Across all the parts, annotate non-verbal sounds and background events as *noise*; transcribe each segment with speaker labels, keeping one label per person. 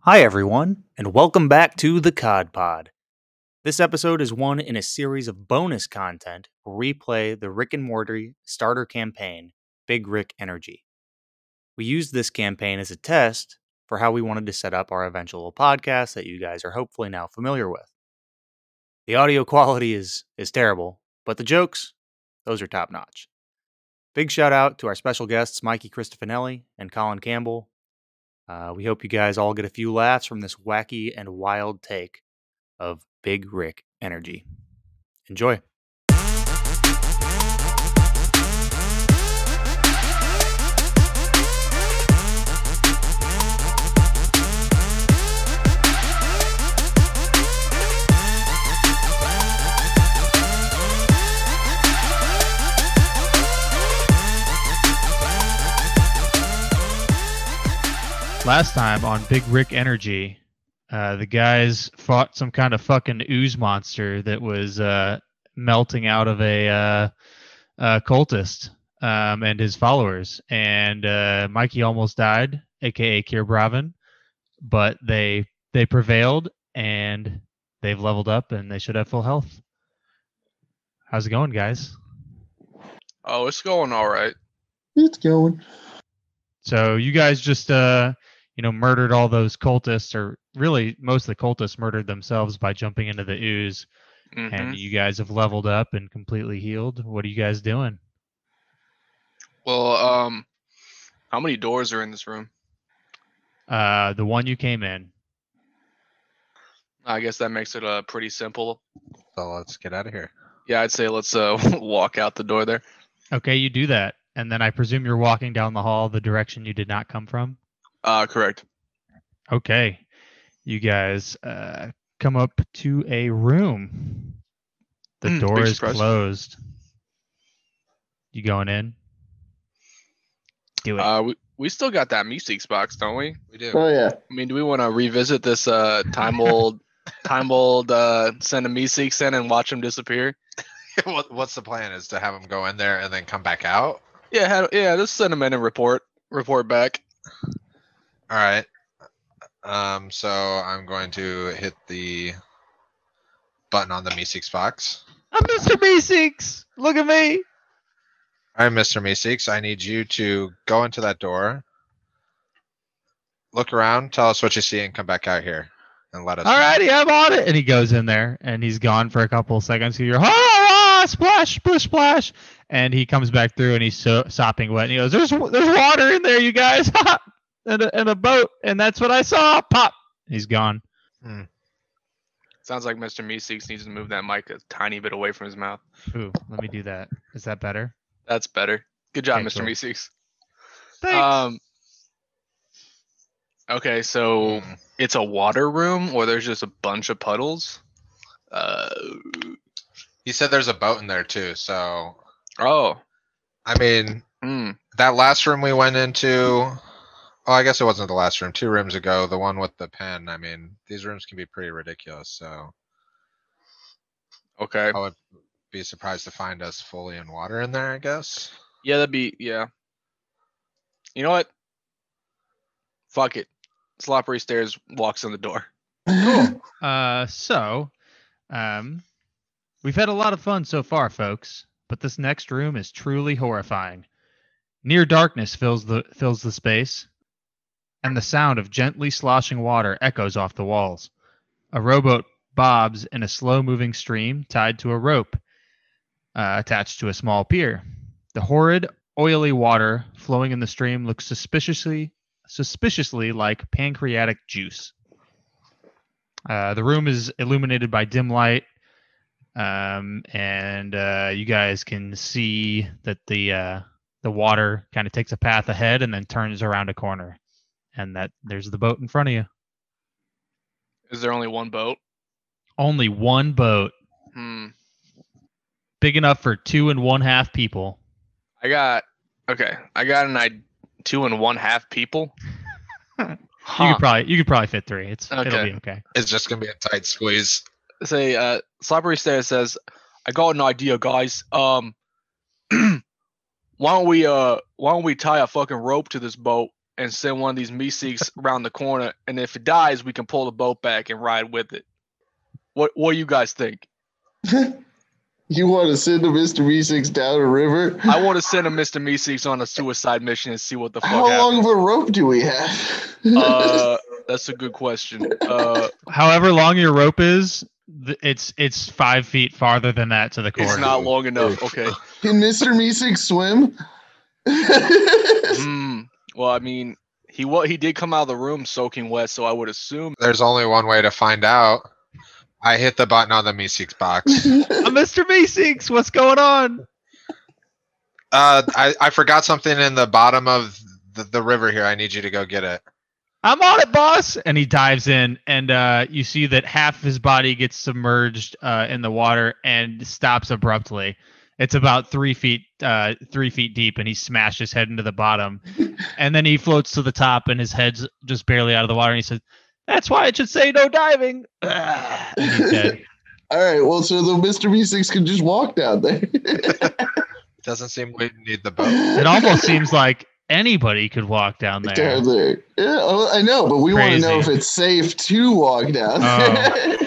Speaker 1: Hi, everyone, and welcome back to the Cod Pod. This episode is one in a series of bonus content where we play the Rick and Morty starter campaign, Big Rick Energy. We used this campaign as a test for how we wanted to set up our eventual podcast that you guys are hopefully now familiar with. The audio quality is is terrible, but the jokes, those are top notch. Big shout out to our special guests Mikey Cristofanelli and Colin Campbell. Uh, we hope you guys all get a few laughs from this wacky and wild take of Big Rick Energy. Enjoy.
Speaker 2: Last time on Big Rick Energy, uh, the guys fought some kind of fucking ooze monster that was uh, melting out of a uh, uh, cultist um, and his followers. And uh, Mikey almost died, aka Kier Bravin, but they they prevailed and they've leveled up and they should have full health. How's it going, guys?
Speaker 3: Oh, it's going all right.
Speaker 4: It's going.
Speaker 2: So you guys just uh you know murdered all those cultists or really most of the cultists murdered themselves by jumping into the ooze
Speaker 3: hmm
Speaker 2: and you guys have leveled up and completely healed. What are you guys doing?
Speaker 3: Well, um, how many doors are in this room?
Speaker 2: Uh the one you came in.
Speaker 3: I guess that makes it uh pretty simple.
Speaker 5: So let's get out of here.
Speaker 3: Yeah, I'd say let's uh *laughs* walk out the door there.
Speaker 2: Okay, you do that. And then I presume you're walking down the hall the direction you did not come from.
Speaker 3: Uh, correct.
Speaker 2: Okay. You guys uh come up to a room. The
Speaker 3: Mm,
Speaker 2: door
Speaker 3: big
Speaker 2: is
Speaker 3: surprise.
Speaker 2: closed. You going in? Do it.
Speaker 3: Uh, we, we still got that Meeseeks box, don't we?
Speaker 5: We do.
Speaker 4: Oh yeah.
Speaker 3: I mean, do we want to revisit this uh time
Speaker 5: *laughs*
Speaker 3: old, time old uh send a Meeseeks in and watch him disappear?
Speaker 5: *laughs* what, what's the plan? Is to have them go in there and then come back out?
Speaker 3: Yeah, had, yeah. Let's send him in and report report back.
Speaker 5: All right. Um. So I'm going to hit the button on the Meeseeks box.
Speaker 2: I'm Mr. B6. Look at me.
Speaker 5: All right, Mr. Meeseeks, I need you to go into that door, look around, tell us what you see, and come back out here and let us. know.
Speaker 2: Alrighty, I'm on it. And he goes in there and he's gone for a couple of seconds. You hear, ah, ah, splash, splish, splash. And he comes back through and he's so, sopping wet. And he goes, there's, there's water in there, you guys. *laughs* and, a, and a boat. And that's what I saw. Pop. He's gone.
Speaker 3: Sounds like Mr. Meeseeks needs to move that mic a tiny bit away from his mouth.
Speaker 2: Ooh, let me do that. Is that better?
Speaker 3: That's better. Good job, Mr.
Speaker 2: Excellent.
Speaker 3: Meeseeks.
Speaker 2: Thanks.
Speaker 3: Um. Okay, so
Speaker 5: Mm.
Speaker 3: it's a water room, or there's just a bunch of puddles. Uh
Speaker 5: He said there's a boat in there too. So
Speaker 3: oh.
Speaker 5: I mean,
Speaker 3: Hmm.
Speaker 5: that last room we went into oh i guess it wasn't the last room two rooms ago the one with the pen i mean these rooms can be pretty ridiculous so
Speaker 3: Okay.
Speaker 5: i would be surprised to find us fully in water in there i guess
Speaker 3: Yeah, that'd be yeah. You know what? Fuck it. Sloppery stairs walks in the door.
Speaker 2: Uh, so, um, we've had a lot of fun so far, folks, but this next room is truly horrifying. Near darkness fills the fills the space, and the sound of gently sloshing water echoes off the walls. A rowboat bobs in a slow-moving stream tied to a rope uh, attached to a small pier. The horrid, oily water flowing in the stream looks suspiciously suspiciously like pancreatic juice. Uh, the room is illuminated by dim light, um, and uh, you guys can see that the uh, the water kind of takes a path ahead and then turns around a corner, and that there's the boat in front of you.
Speaker 3: Is there only one boat?
Speaker 2: Only one boat,
Speaker 3: Hmm.
Speaker 2: big enough for two and one half people.
Speaker 3: I got okay. I got an I two and one half people.
Speaker 2: You
Speaker 3: Huh.
Speaker 2: could probably you could probably fit three. It's it'll
Speaker 3: Okay.
Speaker 2: be okay.
Speaker 5: it's just gonna be a tight squeeze
Speaker 3: say uh slippery stairs says i got an idea guys *clears throat* um why don't we uh why don't we tie a fucking rope to this boat and send one of these Meeseeks around the corner, and if it dies, we can pull the boat back and ride with it. What What do you guys think?
Speaker 4: you want to send the Mystery Six down a river?
Speaker 3: I want to send a Mr. Meeseeks on a suicide mission and see what the fuck
Speaker 4: How long
Speaker 3: happens.
Speaker 4: of a rope do we have?
Speaker 3: uh, that's a good question. Uh,
Speaker 2: However long your rope is, th- it's it's five feet farther than that to the corner.
Speaker 3: it's not long enough. Okay.
Speaker 4: Can Mr.
Speaker 3: *laughs*
Speaker 4: Meeseeks swim?
Speaker 3: Hmm. well, I mean, he wa he did come out of the room soaking wet, so I would assume.
Speaker 5: There's only one way to find out. I hit the button on the Meeseeks
Speaker 4: *laughs*
Speaker 5: box.
Speaker 2: Uh, Mr. Meeseeks, what's going on?
Speaker 5: Uh, I, I forgot something in the bottom of the, the river here. I need you to go get it.
Speaker 2: I'm on it, boss. And he dives in, and uh, you see that half of his body gets submerged uh, in the water and stops abruptly. It's about three feet, uh, three feet deep, and he smashed his head into the bottom, and then he floats to the top, and his head's just barely out of the water. And he says, "That's why it should say no diving." *sighs* And he's dead.
Speaker 4: All right, well, so the Mr. Meeseeks can just walk down there.
Speaker 5: Doesn't seem we need the boat.
Speaker 2: It
Speaker 4: *laughs*
Speaker 2: almost seems like anybody could walk down there.
Speaker 4: down there. Yeah, oh, I know, but we want to know if
Speaker 2: Crazy. Oh.
Speaker 4: it's safe to walk down there.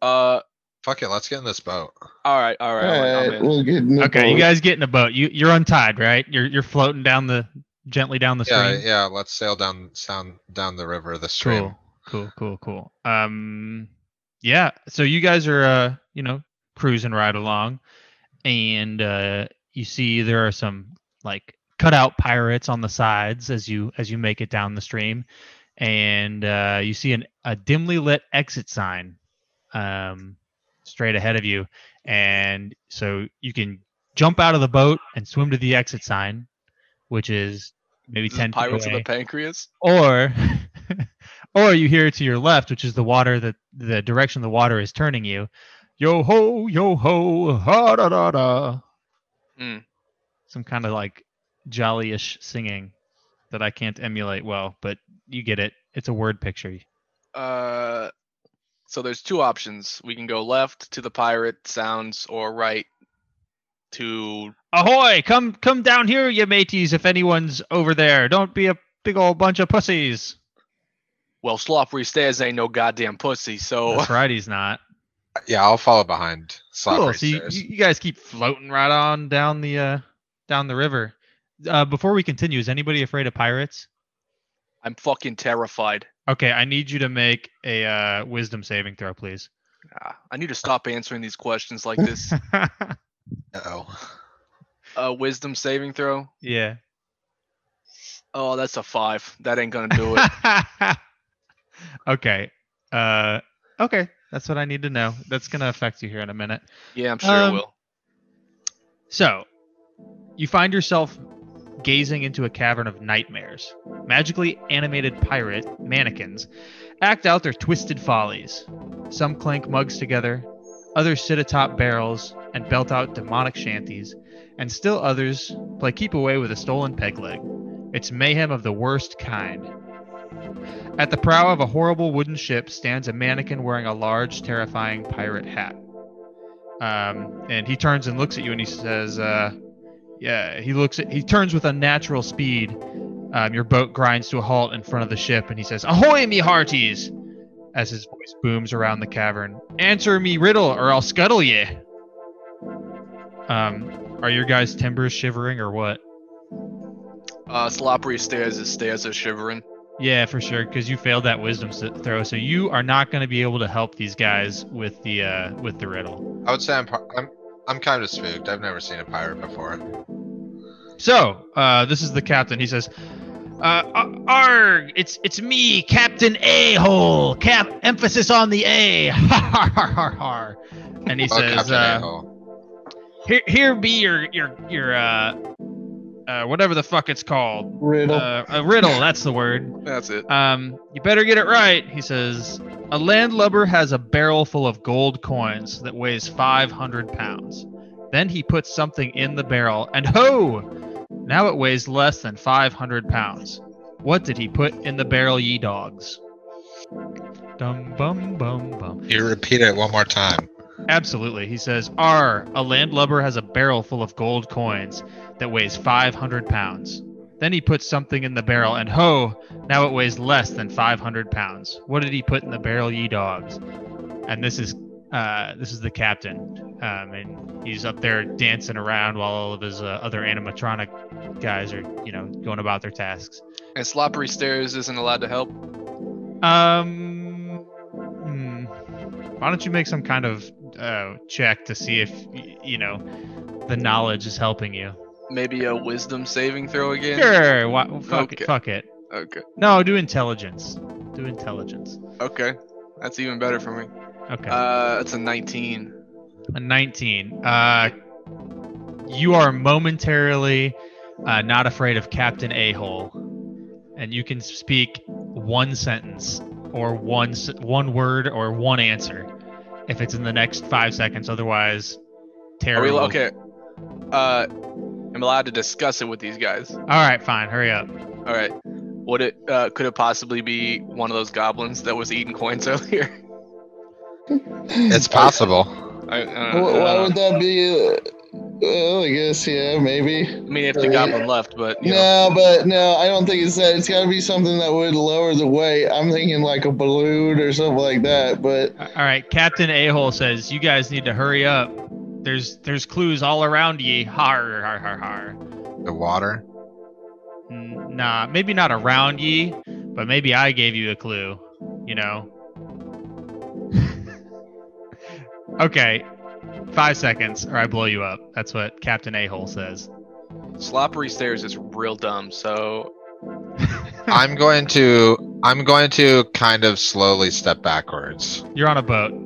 Speaker 3: Uh,
Speaker 5: Fuck it, let's get in this boat.
Speaker 3: all right, all right,
Speaker 4: *laughs*
Speaker 3: all right. I'm
Speaker 4: All right,
Speaker 3: in.
Speaker 4: we'll get in the
Speaker 2: Okay, you
Speaker 4: boat.
Speaker 2: guys get in a boat. You you're untied, right? You're you're floating down the gently down the
Speaker 5: Yeah,
Speaker 2: stream.
Speaker 5: yeah, let's sail down sound down the river, the stream.
Speaker 2: Cool, cool, cool, cool. Um, yeah. So you guys are uh, you know, cruising right along, and uh, you see there are some like cutout pirates on the sides as you as you make it down the stream, and uh, you see an a dimly lit exit sign, um, straight ahead of you, and so you can jump out of the boat and swim to the exit sign, which is maybe
Speaker 3: This is
Speaker 2: ten feet
Speaker 3: Pirates of
Speaker 2: away
Speaker 3: the Pancreas.
Speaker 2: or *laughs* or you hear it to your left, which is the water that the direction the water is turning you. Yo ho, yo ho, ha da da da.
Speaker 3: Mm.
Speaker 2: Some kind of like jolly-ish singing that I can't emulate well, but you get it. It's a word picture.
Speaker 3: Uh, so there's two options. We can go left to the pirate sounds, or right to.
Speaker 2: Ahoy! Come come down here, you mateys. If anyone's over there, don't be a big old bunch of pussies.
Speaker 3: Well, Sloppery Stairs ain't no goddamn pussy, so
Speaker 2: That's right, he's not.
Speaker 5: Yeah, I'll follow behind.
Speaker 2: Cool.
Speaker 5: Sloppery
Speaker 2: So you,
Speaker 5: stairs.
Speaker 2: you you guys keep floating right on down the uh, down the river. Uh, before we continue, is anybody afraid of pirates?
Speaker 3: *laughs* I'm fucking terrified.
Speaker 2: Okay, I need you to make a uh, wisdom saving throw, *laughs* please.
Speaker 3: Ah, I need to stop answering these questions like
Speaker 2: *laughs*
Speaker 3: this.
Speaker 2: oh.
Speaker 5: Uh-oh.
Speaker 3: uh, wisdom saving throw.
Speaker 2: yeah. *laughs*
Speaker 3: Oh, that's a five. That ain't gonna do it.
Speaker 2: *laughs* okay. Uh, okay. That's what I need to know. That's gonna affect you here in a minute.
Speaker 3: Yeah, I'm sure
Speaker 2: Um,
Speaker 3: it will.
Speaker 2: So, you find yourself gazing into a cavern of nightmares. Magically animated pirate mannequins act out their twisted follies. Some clank mugs together, others sit atop barrels and belt out demonic shanties, and still others play keep away with a stolen peg leg. It's mayhem of the worst kind. At the prow of a horrible wooden ship stands a mannequin wearing a large, terrifying pirate hat um, and he turns and looks at you and he says uh, yeah he looks at he turns with unnatural speed um, your boat grinds to a halt in front of the ship and he says ahoy me hearties as his voice booms around the cavern answer me riddle or i'll scuttle ye um, are your guys timbers shivering or what
Speaker 3: Uh, Sloppery Stairs. His stairs are shivering.
Speaker 2: yeah for sure because you failed that wisdom s- throw so you are not going to be able to help these guys with the uh, with the riddle
Speaker 5: I would say I'm par- I'm I'm kind of spooked. I've never seen a pirate before.
Speaker 2: So, uh, this is the captain. He says, uh, "Ar- "Arg, it's it's me, Captain A Hole. Cap, emphasis on the A. *laughs* Har har har har har." And he
Speaker 5: Oh,
Speaker 2: says,
Speaker 5: Captain
Speaker 2: uh,
Speaker 5: A-hole.
Speaker 2: "Here here be your your your uh, uh whatever the fuck it's called."
Speaker 4: Riddle.
Speaker 2: Uh, a riddle, that's the word.
Speaker 3: That's it.
Speaker 2: Um, you better get it right, he says. A landlubber has a barrel full of gold coins that weighs 500 pounds. Then he puts something in the barrel, and ho! Now it weighs less than 500 pounds. What did he put in the barrel, ye dogs? Dum bum bum bum.
Speaker 5: You repeat it one more time.
Speaker 2: Absolutely. He says, R, a landlubber has a barrel full of gold coins that weighs 500 pounds. Then he put something in the barrel, and ho, now it weighs less than 500 pounds. What did he put in the barrel, ye dogs? And this is uh, this is the captain, um, and he's up there dancing around while all of his uh, other animatronic guys are, you know, going about their tasks.
Speaker 3: And Sloppery Stairs isn't allowed to help.
Speaker 2: Um, hmm. why don't you make some kind of uh, check to see if y- you know the knowledge is helping you?
Speaker 3: Maybe a wisdom saving throw again?
Speaker 2: Sure. Why, fuck
Speaker 3: Okay.
Speaker 2: it. Fuck it.
Speaker 3: Okay.
Speaker 2: No, do intelligence. Do intelligence.
Speaker 3: Okay. That's even better for me.
Speaker 2: Okay.
Speaker 3: Uh, it's a 19.
Speaker 2: a 19. Uh, you are momentarily uh, not afraid of Captain A Hole, and you can speak one sentence or one s- one word or one answer if it's in the next five seconds. Otherwise,
Speaker 3: Are we
Speaker 2: terrible.
Speaker 3: okay? Uh, I'm allowed to discuss it with these guys.
Speaker 2: All right, fine. Hurry up.
Speaker 3: All right. Would it uh, could it possibly be one of those goblins that was eating coins *laughs* earlier?
Speaker 5: *laughs* It's possible.
Speaker 3: I, I don't
Speaker 4: Wh-
Speaker 3: know, I don't
Speaker 4: Why
Speaker 3: know.
Speaker 4: would that be? uh, Well, I guess yeah, maybe.
Speaker 3: I mean, if the goblin left, but you know,
Speaker 4: No, but no, I don't think it's that. It's got to be something that would lower the weight. I'm thinking like a balloon or something like that. But
Speaker 2: A- All right, Captain A Hole says you guys need to hurry up. There's there's clues all around ye. Har har har har.
Speaker 5: The water.
Speaker 2: N- Nah, maybe not around ye, but maybe I gave you a clue, you know? okay, five seconds or I blow you up. That's what Captain A Hole says.
Speaker 3: Sloppery Stairs is real dumb. So
Speaker 5: *laughs* I'm going to I'm going to kind of slowly step backwards.
Speaker 2: *laughs* You're on a boat.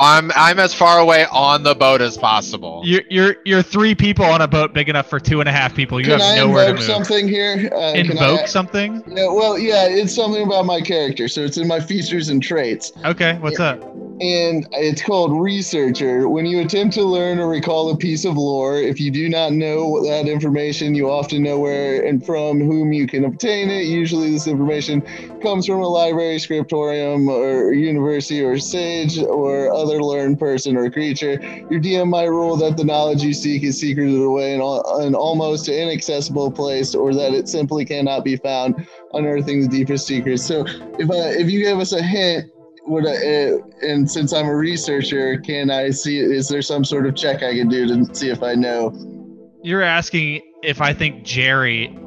Speaker 5: I'm I'm as far away on the boat as possible.
Speaker 2: You're, you're, you're three people on a boat big enough for two and a half people. You
Speaker 4: can
Speaker 2: have
Speaker 4: I
Speaker 2: nowhere to
Speaker 4: invoke
Speaker 2: move.
Speaker 4: something here? Uh, can I-
Speaker 2: Invoke something?
Speaker 4: Yeah, well, yeah, it's something about my character, so it's in my features and traits.
Speaker 2: Okay, what's up?
Speaker 4: and it's called researcher. When you attempt to learn or recall a piece of lore, if you do not know that information, you often know where and from whom you can obtain it. Usually, this information comes from a library, scriptorium, or university, or sage, or other learned person or creature. Your DM might rule that the knowledge you seek is secreted away in al- an almost inaccessible place, or that it simply cannot be found, unearthing the deepest secrets. So, if uh, if you give us a hint would I, uh, and since I'm a researcher, can I see? Is there some sort of check I can do to see if I know?
Speaker 2: You're asking if I think Jerry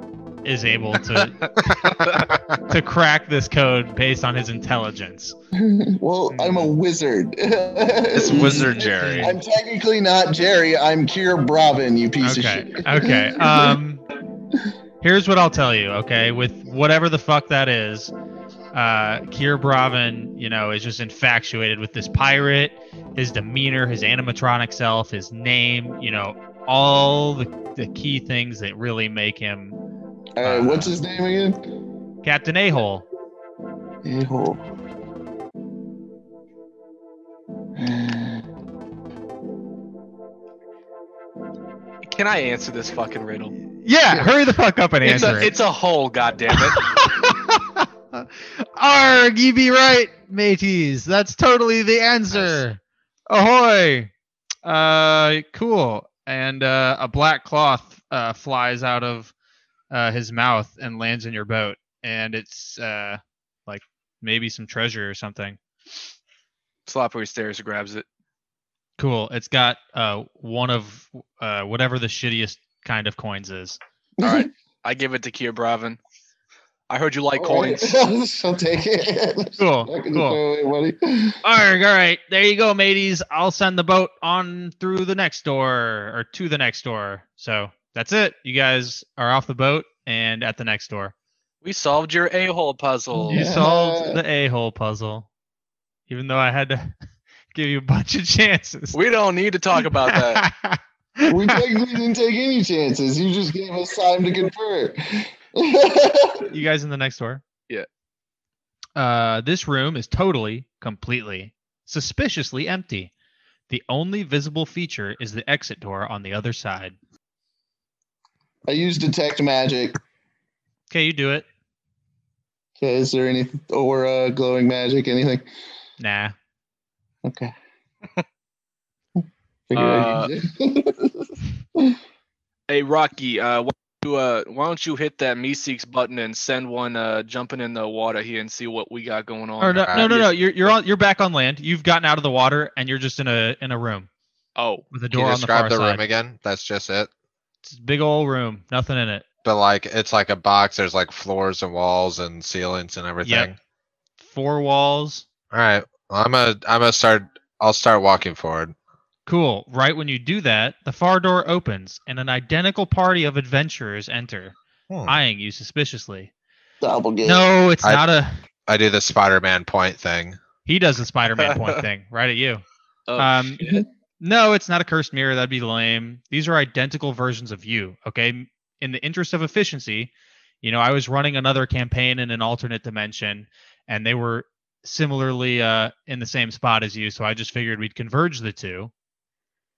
Speaker 2: is able to,
Speaker 4: *laughs*
Speaker 2: to crack this code based on his intelligence.
Speaker 4: well, I'm a wizard. *laughs*
Speaker 5: it's Wizard Jerry.
Speaker 4: I'm technically not Jerry. I'm Kier Bravin. You piece
Speaker 2: okay.
Speaker 4: of shit. *laughs*
Speaker 2: okay. Um, here's what I'll tell you. Okay, with whatever the fuck that is, uh, Kier Bravin, you know, is just infatuated with this pirate, his demeanor, his animatronic self, his name, you know, all the, the key things that really make him
Speaker 4: All right, what's his name again?
Speaker 2: Captain A Hole.
Speaker 4: A-hole. *sighs*
Speaker 3: can I answer this fucking riddle?
Speaker 2: Yeah, hurry the fuck up and
Speaker 3: It's
Speaker 2: answer
Speaker 3: a
Speaker 2: it.
Speaker 3: it's a hole. God damn it.
Speaker 2: *laughs* Arg, you be right, mateys. That's totally the answer. Ahoy! Uh, cool. And uh, a black cloth uh, flies out of uh, his mouth and lands in your boat, and it's uh, like maybe some treasure or something.
Speaker 3: Sloppery Stairs grabs it.
Speaker 2: Cool. It's got uh, one of uh, whatever the shittiest kind of coins is.
Speaker 3: All right. I give it to Kia Bravin. I heard you like
Speaker 4: All
Speaker 3: coins.
Speaker 4: right. *laughs* I'll take it.
Speaker 2: Cool.
Speaker 4: Not gonna
Speaker 2: Cool.
Speaker 4: throw away money.
Speaker 2: Arg, all right, there you go, mateys. I'll send the boat on through the next door or to the next door. So that's it. You guys are off the boat and at the next door.
Speaker 3: We solved your a hole puzzle.
Speaker 2: You
Speaker 4: Yeah.
Speaker 2: solved the a hole puzzle, even though I had to *laughs* give you a bunch of chances.
Speaker 3: We don't need to talk about that. *laughs*
Speaker 2: *laughs*
Speaker 4: We technically didn't take any chances. You just gave us time to *laughs* convert.
Speaker 2: you guys in the next door?
Speaker 3: Yeah.
Speaker 2: Uh, this room is totally, completely, suspiciously empty. The only visible feature is the exit door on the other side.
Speaker 4: I use detect magic.
Speaker 2: Okay, you do it.
Speaker 4: Okay, is there any aura, glowing magic, anything?
Speaker 2: Nah.
Speaker 4: Okay. *laughs* Figured I'd use it. *laughs*
Speaker 3: Hey Rocky, uh, what you uh why don't you hit that Meeseeks button and send one uh jumping in the water here and see what we got going on.
Speaker 2: Or no,
Speaker 5: uh,
Speaker 2: no, no, no.
Speaker 3: yes.
Speaker 2: You're you're on, you're back on land. You've gotten out of the water, and you're just in a in a room
Speaker 3: Oh,
Speaker 2: with a
Speaker 5: Can you
Speaker 2: door on the
Speaker 5: describe
Speaker 2: far
Speaker 5: the room
Speaker 2: side.
Speaker 5: again? That's just it.
Speaker 2: It's a big old room, nothing in it.
Speaker 5: But like it's like a box. There's like floors and walls and ceilings and everything.
Speaker 2: Four walls.
Speaker 5: All right. Well, I'm gonna I'm gonna start. I'll start walking forward.
Speaker 2: Cool. Right when you do that, the far door opens and an identical party of adventurers enter,
Speaker 5: Hmm. I,
Speaker 2: eyeing you suspiciously.
Speaker 4: Doppelganger.
Speaker 2: No, it's
Speaker 5: I-
Speaker 2: not a.
Speaker 5: do the Spider-Man point thing.
Speaker 2: He does the Spider-Man
Speaker 5: *laughs*
Speaker 2: point thing right at you.
Speaker 3: oh
Speaker 2: Um,
Speaker 3: shit.
Speaker 2: No, it's not a cursed mirror. That'd be lame. These are identical versions of you. Okay. In the interest of efficiency, you know, I was running another campaign in an alternate dimension, and they were similarly uh, in the same spot as you. So I just figured we'd converge the two.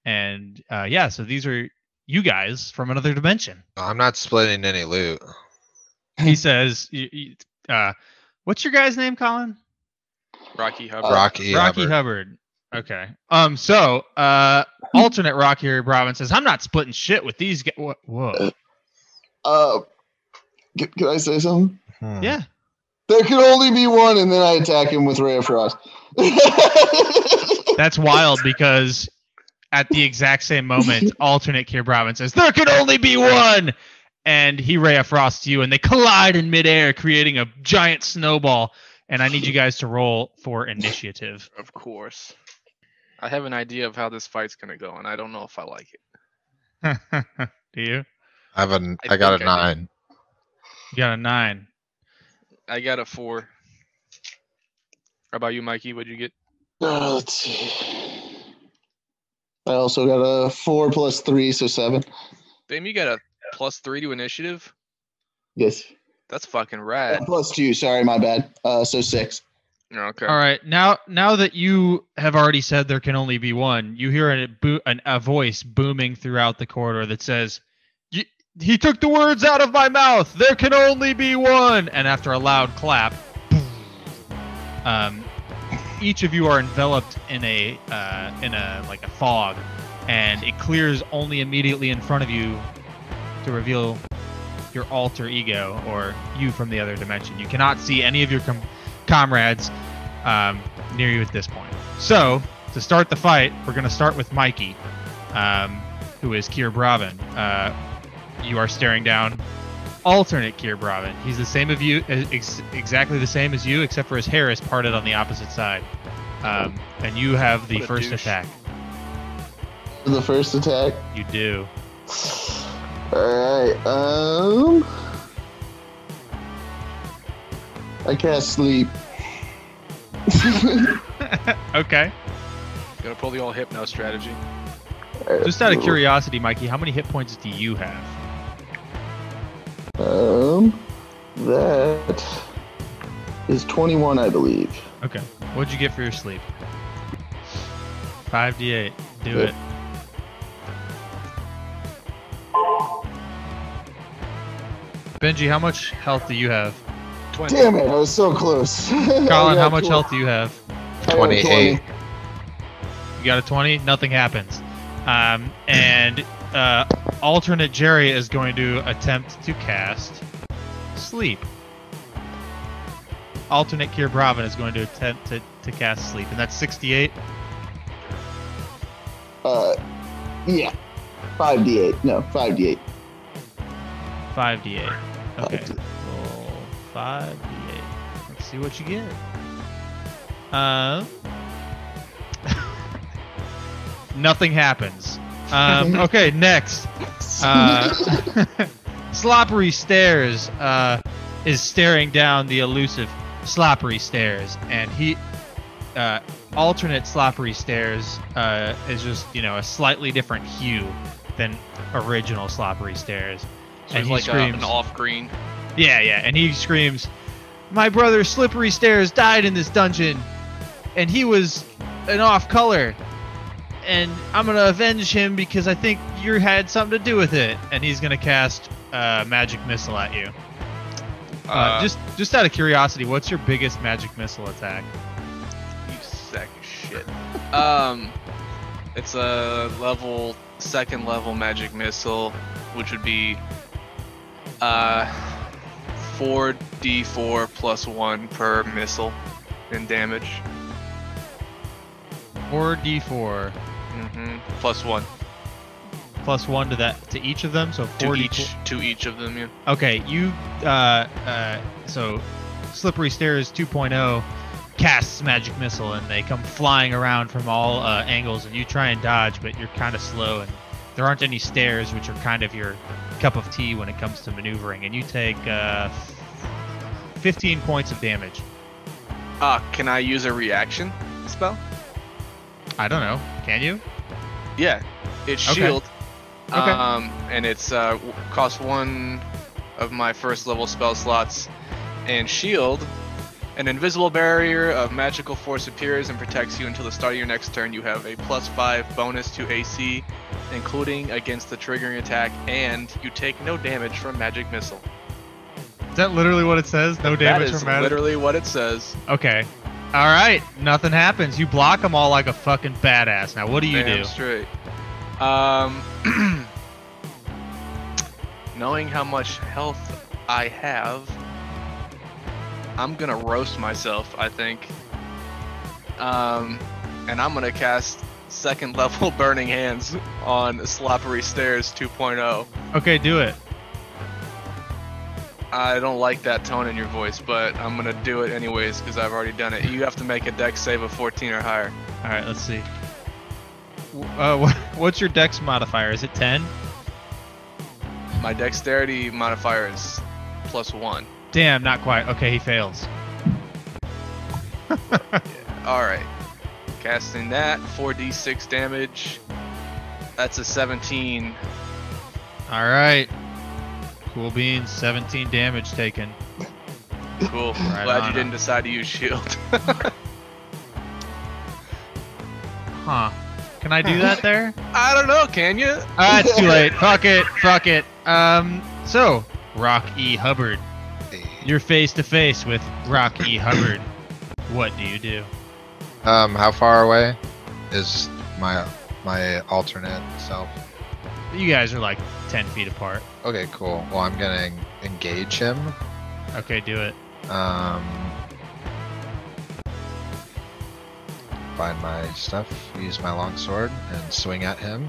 Speaker 2: And uh, yeah, so these are you guys from another dimension.
Speaker 5: I'm not splitting any loot.
Speaker 3: *laughs*
Speaker 2: He says, y- y- uh, "What's your guy's name, Colin?"
Speaker 3: Rocky Hubbard.
Speaker 5: Rocky.
Speaker 2: Rocky
Speaker 5: Hubbard.
Speaker 2: Hubbard. Okay. Um. So, uh, alternate Rocky Robin says, "I'm not splitting shit with these guys." Whoa.
Speaker 4: Uh, c- can I say something?
Speaker 5: Hmm.
Speaker 2: Yeah.
Speaker 4: There could only be one, and then I attack him with Ray of Frost. *laughs*
Speaker 2: That's wild because at the exact same moment, alternate Kier Robin says, "There could only be one," and he ray of frosts you, and they collide in midair, creating a giant snowball. And I need you guys to roll for initiative.
Speaker 3: Of course. I have an idea of how this fight's gonna go, and I don't know if I like it.
Speaker 2: Do you?
Speaker 5: I have an.
Speaker 3: I
Speaker 5: I got a
Speaker 3: think I
Speaker 5: nine.
Speaker 2: You got a nine.
Speaker 3: I got a four. How about you, Mikey? What'd you get?
Speaker 4: Uh, let's see. I also got a four plus three, so seven.
Speaker 3: Damn, you got a plus three to initiative?
Speaker 4: Yes.
Speaker 3: That's fucking
Speaker 4: Uh,
Speaker 3: rad.
Speaker 4: plus two. Sorry, my bad. Uh, so six.
Speaker 3: Okay.
Speaker 2: All right, now now that you have already said there can only be one, you hear a bo- an, a voice booming throughout the corridor that says, "Y- "He took the words out of my mouth. There can only be one." And after a loud clap, um, each of you are enveloped in a uh, in a like a fog, and it clears only immediately in front of you to reveal your alter ego or you from the other dimension. You cannot see any of your com- comrades um, near you at this point. So, to start the fight, we're going to start with Mikey, um, who is Kier Bravin. Uh, you are staring down alternate Kier Bravin. He's the same of you, uh, ex- exactly the same as you, except for his hair is parted on the opposite side. Um, and you have the
Speaker 3: What a
Speaker 2: first
Speaker 3: douche.
Speaker 2: attack.
Speaker 4: The first attack.
Speaker 2: You do.
Speaker 4: *sighs* All right. Um. I cast sleep. *laughs*
Speaker 2: okay.
Speaker 3: Gonna pull the old hypno strategy.
Speaker 2: Just out of curiosity, Mikey, how many hit points do you have?
Speaker 4: Um, that is 21, I believe.
Speaker 2: Okay. What'd you get for your sleep? 5d8. Do
Speaker 4: Yeah.
Speaker 2: it. Benji, how much health do you have?
Speaker 3: Twenty.
Speaker 4: Damn it, I was so close. *laughs*
Speaker 2: Colin, how much health do you have?
Speaker 5: Twenty-eight.
Speaker 2: You got a 20, nothing happens. Um, and uh, alternate Jerry is going to attempt to cast sleep. Alternate Kier Bravin is going to attempt to, to cast sleep, and that's 68.
Speaker 4: Uh, yeah. 5d8. No, 5d8.
Speaker 2: 5d8. Okay.
Speaker 4: Five
Speaker 2: Roll 5d8. Let's see what you get. Um. *laughs* nothing happens. Um, okay, next. Uh, sloppery Stairs uh, is staring down the elusive Sloppery Stairs, and he. Uh, alternate Sloppery Stairs uh, is just, you know, a slightly different hue than original Sloppery Stairs.
Speaker 3: So
Speaker 2: and
Speaker 3: it's like
Speaker 2: he
Speaker 3: a, an
Speaker 2: screams.
Speaker 3: off green.
Speaker 2: Yeah, yeah. And he screams, My brother Slippery Stairs died in this dungeon, and he was an off color. And I'm going to avenge him because I think you had something to do with it. And he's going to cast uh, Magic Missile at you. Uh,
Speaker 3: Uh,
Speaker 2: just just out of curiosity, what's your biggest Magic Missile attack?
Speaker 3: You sack of shit. *laughs* Um, it's a level second level magic missile, which would be Uh, 4d4 plus 1 per missile in damage.
Speaker 2: Four d4
Speaker 3: hmm Plus 1
Speaker 2: plus one to that to each of them. So
Speaker 3: to
Speaker 2: four d4.
Speaker 3: each to each of them. Yeah.
Speaker 2: Okay, you uh, uh so slippery stairs 2.0 casts magic missile and they come flying around from all uh, angles and you try and dodge but you're kind of slow and there aren't any stairs which are kind of your cup of tea when it comes to maneuvering and you take uh, 15 points of damage.
Speaker 3: Ah, can I use a reaction spell?
Speaker 2: I don't know. Can you?
Speaker 3: Yeah, it's
Speaker 2: Okay.
Speaker 3: shield.
Speaker 2: Okay.
Speaker 3: E Um, and it's uh, w- cost one of my first level spell slots, and shield. E An invisible barrier of magical force appears and protects you until the start of your next turn. You have a plus five bonus to AC, including against the triggering attack, and you take no damage from magic missile.
Speaker 2: Is that literally what it says? No
Speaker 3: that
Speaker 2: damage
Speaker 3: is
Speaker 2: from magic.
Speaker 3: literally what it says.
Speaker 2: Okay. All right. Nothing happens. You block them all like a fucking badass. Now, what do you
Speaker 3: Damn
Speaker 2: do?
Speaker 3: straight. Um, *clears throat* knowing how much health I have, I'm gonna roast myself. I think. Um, and I'm gonna cast second *laughs* level Burning Hands on Sloppery Stairs oh. 2.0.
Speaker 2: Okay, do it.
Speaker 3: I don't like that tone in your voice, but I'm gonna do it anyways because I've already done it. You have to make a deck save of 14 or higher.
Speaker 2: All right. Let's see. W- Uh, *laughs* wh- what's your dex modifier? Is it 10?
Speaker 3: My dexterity modifier is plus one.
Speaker 2: Damn, not quite. Okay, he fails.
Speaker 3: All right. Casting that 4d6 damage. That's a
Speaker 2: *laughs*
Speaker 3: 17.
Speaker 2: All right. Cool beans. 17 damage taken.
Speaker 3: Cool.
Speaker 2: Right
Speaker 3: Glad
Speaker 2: on.
Speaker 3: you didn't decide to use shield. *laughs*
Speaker 2: Huh. Can I do that there?
Speaker 3: I don't know. Can you?
Speaker 2: Ah, it's too late. Fuck it. Fuck it. Um. So, Rock E Hubbard, you're face to face with Rock E Hubbard. What do you do?
Speaker 5: Um, how far away is my my alternate self?
Speaker 2: You guys are like 10 feet apart.
Speaker 5: Okay, cool. Well, I'm gonna en- engage him.
Speaker 2: Okay, do it.
Speaker 5: Um, find my stuff, use my long sword, and swing at him.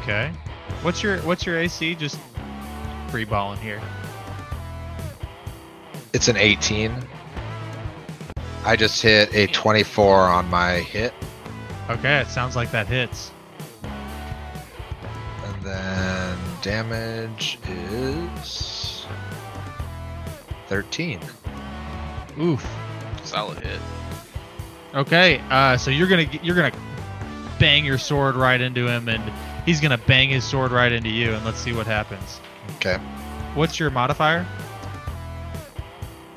Speaker 2: Okay. What's your What's your AC? Just free balling here.
Speaker 5: It's an 18. I just hit a 24 on my hit,
Speaker 2: Okay, it sounds like that hits.
Speaker 5: and then damage is 13.
Speaker 2: Oof.
Speaker 3: Solid hit.
Speaker 2: Okay. Uh, so you're gonna get- you're gonna bang your sword right into him, and he's gonna bang his sword right into you, and let's see what happens.
Speaker 5: Okay,
Speaker 2: What's your modifier?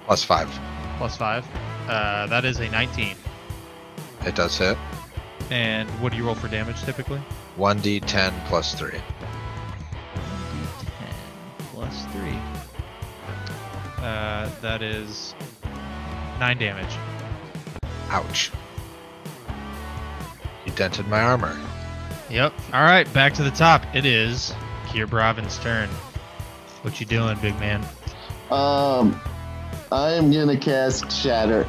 Speaker 5: plus five.
Speaker 2: Plus five. Uh, that is a 19.
Speaker 5: It does hit.
Speaker 2: And what do you roll for damage typically?
Speaker 5: 1d10 plus three.
Speaker 2: 1d10 plus 3. Uh, that is 9 damage.
Speaker 5: Ouch. You dented my armor.
Speaker 2: Yep. All right, back to the top. It is Kierbravin's turn. What you doing, big man?
Speaker 4: Um, I am gonna cast Shatter.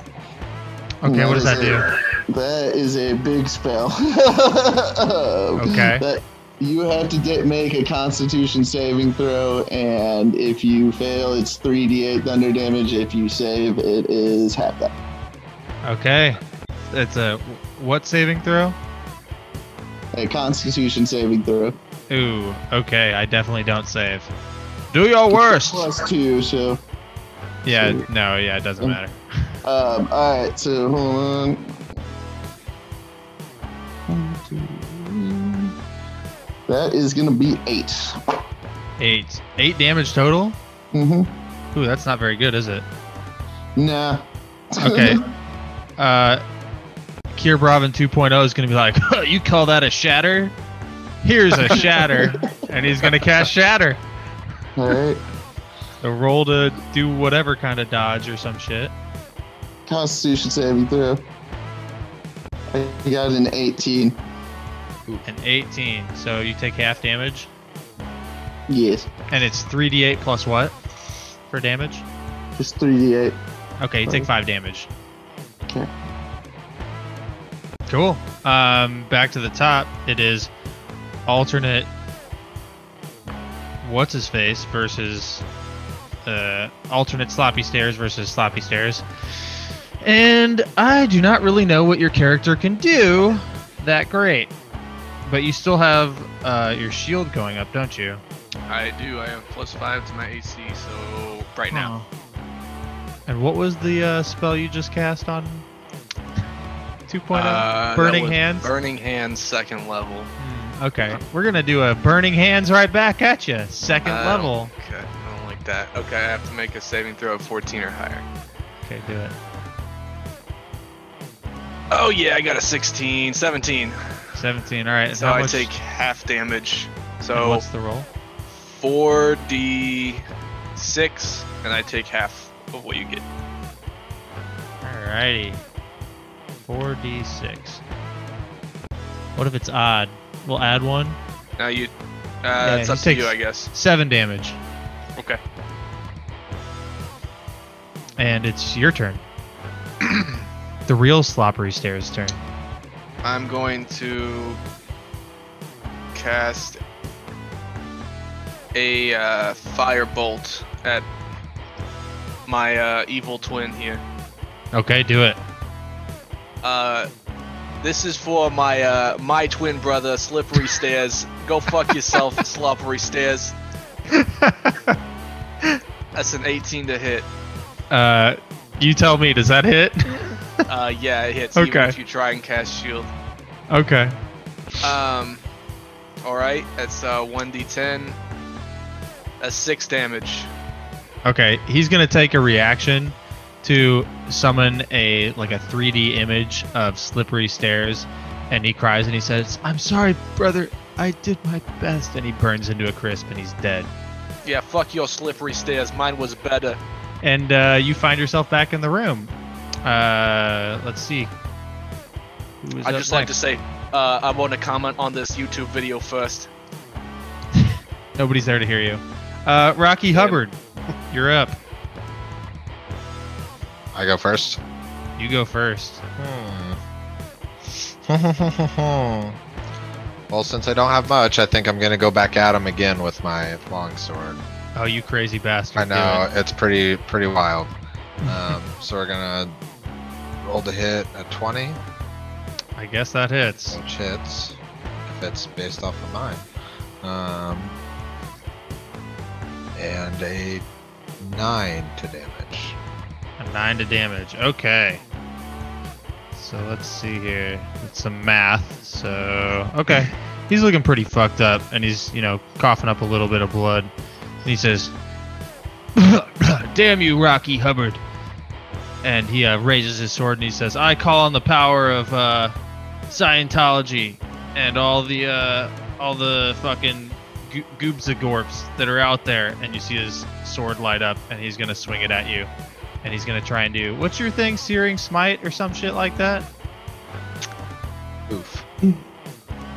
Speaker 2: Okay, what does that
Speaker 4: That is
Speaker 2: do?
Speaker 4: That is a big spell. *laughs*
Speaker 2: Okay.
Speaker 4: That you have to da- make a Constitution saving throw, and if you fail, it's three d8 thunder damage. If you save, it is half that.
Speaker 2: Okay. It's a what saving throw?
Speaker 4: A Constitution saving throw.
Speaker 2: Ooh. Okay, I definitely don't save. Do your worst.
Speaker 4: Plus two, so.
Speaker 2: Yeah. No. Yeah. It doesn't
Speaker 4: Um,
Speaker 2: matter.
Speaker 4: Um, all right, so hold on. One, two, three. That is gonna be 8
Speaker 2: Eight. Eight damage total.
Speaker 4: Mm-hmm.
Speaker 2: Ooh, that's not very good, is it?
Speaker 4: Nah.
Speaker 2: Okay.
Speaker 4: *laughs*
Speaker 2: Uh, Kier Bravin 2.0 is going to be like, *laughs* you call that a shatter? Here's a shatter. and he's going to cast shatter.
Speaker 4: all right.
Speaker 2: So roll to do whatever kind of dodge or some shit.
Speaker 4: Constitution saving throw. I got an 18.
Speaker 2: An 18. So you take half damage.
Speaker 4: Yes,
Speaker 2: And it's 3d8 plus what for damage?
Speaker 4: it's 3d8.
Speaker 2: Okay, you take five damage.
Speaker 4: Okay.
Speaker 2: Cool. Um, back to the top. It is alternate. What's his face versus uh, alternate sloppy stairs versus sloppy stairs. And I do not really know what your character can do that great. But you still have uh, your shield going up, don't you?
Speaker 3: I do. I have plus five to my AC, so right
Speaker 2: Oh,
Speaker 3: now.
Speaker 2: And what was the uh, spell you just cast on 2.0?
Speaker 3: Uh, that
Speaker 2: burning
Speaker 3: was
Speaker 2: hands.
Speaker 3: Burning hands, second level.
Speaker 2: Hmm, okay, we're gonna do a burning hands right back at you, second
Speaker 3: I don't-
Speaker 2: level.
Speaker 3: Uh, Okay, I don't like that. Okay, I have to make a saving throw of 14 or higher.
Speaker 2: Okay, do it.
Speaker 3: Oh yeah, I got a 16, 17.
Speaker 2: 17. All right. and
Speaker 3: So
Speaker 2: how
Speaker 3: I
Speaker 2: much-
Speaker 3: take half damage.
Speaker 2: and
Speaker 3: So
Speaker 2: what's the roll?
Speaker 3: 4d6, and I take half of what you get.
Speaker 2: Alrighty. 4d6. What if it's odd? We'll add one.
Speaker 3: Now you, uh, it's
Speaker 2: he
Speaker 3: up to
Speaker 2: takes-
Speaker 3: you, I guess.
Speaker 2: Seven damage,
Speaker 3: Okay.
Speaker 2: and it's your turn. the real sloppery stairs turn.
Speaker 3: I'm going to cast a uh, fire bolt at my uh, evil twin here.
Speaker 2: Okay, do it.
Speaker 3: Uh, this is for my uh, my twin brother, Slippery Stairs. Go
Speaker 2: *laughs*
Speaker 3: fuck yourself, Slippery Stairs. That's an 18 to hit.
Speaker 2: Uh, you tell me. Does that hit?
Speaker 3: Uh, yeah, it hits even
Speaker 2: Okay.
Speaker 3: if you try and cast shield.
Speaker 2: *laughs* okay.
Speaker 3: Um, all right, that's uh 1d10. That's six damage.
Speaker 2: Okay, he's gonna take a reaction to summon a like a 3D image of slippery stairs, and he cries and he says, "I'm sorry, brother. I did my best." And he burns into a crisp and he's dead.
Speaker 3: Yeah, fuck your Slippery Stairs. Mine was better.
Speaker 2: And uh, you find yourself back in the room. Uh, let's see. Who is
Speaker 3: I
Speaker 2: up
Speaker 3: just like to
Speaker 2: next?
Speaker 3: say, uh, I want to comment on this YouTube video first.
Speaker 2: Nobody's there to hear you. Uh, Rocky Hubbard, you're up.
Speaker 5: I go first.
Speaker 2: You go first.
Speaker 5: Hmm. *laughs* well, since I don't have much, I think I'm gonna go back at him again with my longsword.
Speaker 2: Oh, you crazy bastard!
Speaker 5: I
Speaker 2: do
Speaker 5: know it's pretty pretty wild. Um, so we're gonna roll to hit a 20,
Speaker 2: it. I guess that hits.
Speaker 5: which hits if it's based off of mine, um, and a nine to damage.
Speaker 2: A nine to damage. Okay. So let's see here. It's some math. So okay, he's looking pretty fucked up, and he's you know coughing up a little bit of blood. And he says, *coughs* "Damn you, Rocky Hubbard!" And he uh, raises his sword and he says, "I call on the power of uh, Scientology and all the uh, all the fucking go- goobs of gorps that are out there." And you see his sword light up, and he's gonna swing it at you and he's gonna try and do what's your thing, searing smite or some shit like that.
Speaker 5: Oof.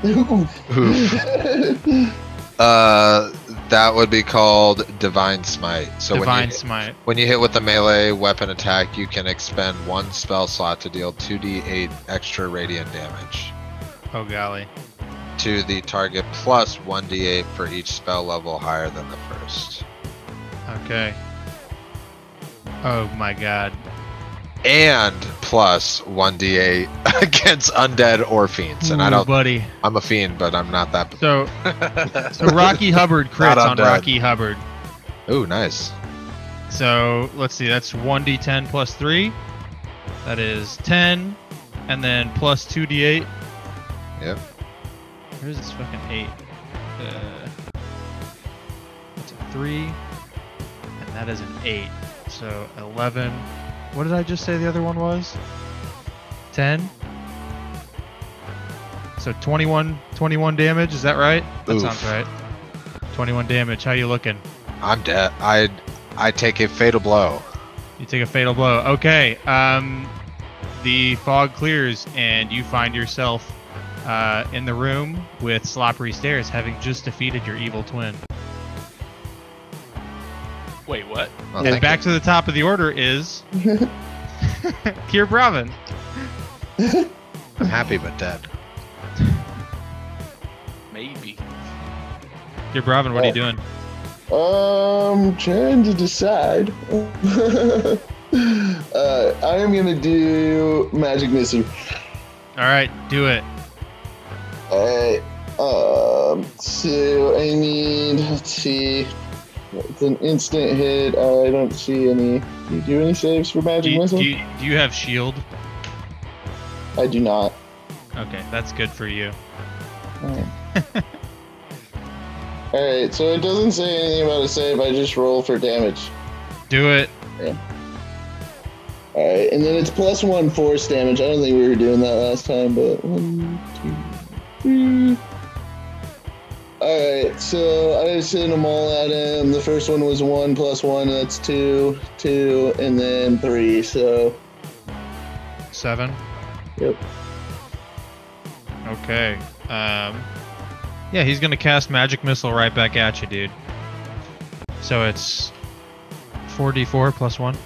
Speaker 5: Oof.
Speaker 4: Oof.
Speaker 5: *laughs* Uh, that would be called divine smite. So when
Speaker 2: Divine
Speaker 5: you,
Speaker 2: smite.
Speaker 5: When you hit with a melee weapon attack, you can expend one spell slot to deal 2d8 extra radiant damage
Speaker 2: Oh golly.
Speaker 5: to the target plus 1d8 for each spell level higher than the first.
Speaker 2: Okay. Oh my god.
Speaker 5: And plus 1d8 *laughs* against undead or fiends. And I
Speaker 2: Ooh,
Speaker 5: don't,
Speaker 2: buddy.
Speaker 5: I'm a fiend, but I'm not that. *laughs*
Speaker 2: So, so Rocky Hubbard crits
Speaker 5: Not
Speaker 2: on
Speaker 5: undead.
Speaker 2: Rocky Hubbard.
Speaker 5: Ooh, nice.
Speaker 2: So let's see. That's one d10 plus three. That is ten, and then plus two d8.
Speaker 5: Yep.
Speaker 2: Where's this fucking eight? Uh, that's a three, and that is an eight. So eleven. What did I just say the other one was? Ten. So 21, 21 damage. Is that right? That
Speaker 5: Oof.
Speaker 2: sounds right. Twenty-one damage. How you looking?
Speaker 5: I'm dead. I, I take a fatal blow.
Speaker 2: You take a fatal blow. Okay. Um, the fog clears, and you find yourself uh, in the room with Sloppery Stairs, having just defeated your evil twin.
Speaker 5: Well,
Speaker 2: and
Speaker 5: Oh, thank
Speaker 2: back
Speaker 5: you.
Speaker 2: to the top of the order is Kier Bravin.
Speaker 5: I'm happy but
Speaker 2: *laughs*
Speaker 5: dead. *laughs*
Speaker 3: Maybe.
Speaker 2: Kier Bravin, what are you doing?
Speaker 4: *laughs* Um, trying to decide. *laughs* uh, I am gonna do magic missile.
Speaker 2: All right, do it.
Speaker 4: Alright. Um, so I need. Let's see. It's an instant hit. I don't see any. Do you do any saves for magic
Speaker 2: Do you,
Speaker 4: missile?
Speaker 2: do you, do you have shield?
Speaker 4: I do not.
Speaker 2: Okay, that's good for you.
Speaker 4: Alright, so it doesn't say anything about a save. I just roll for damage.
Speaker 2: Do it.
Speaker 4: Alright, and then it's plus one force damage. I don't think we were doing that last time, but one, two, three. Alright, so I sent them all at him. The first one was one plus one, that's two, two, and then three, so
Speaker 2: Seven.
Speaker 4: Yep.
Speaker 2: Okay. Um. Yeah, he's gonna cast magic missile right back at you, dude. So it's 4d4 plus one.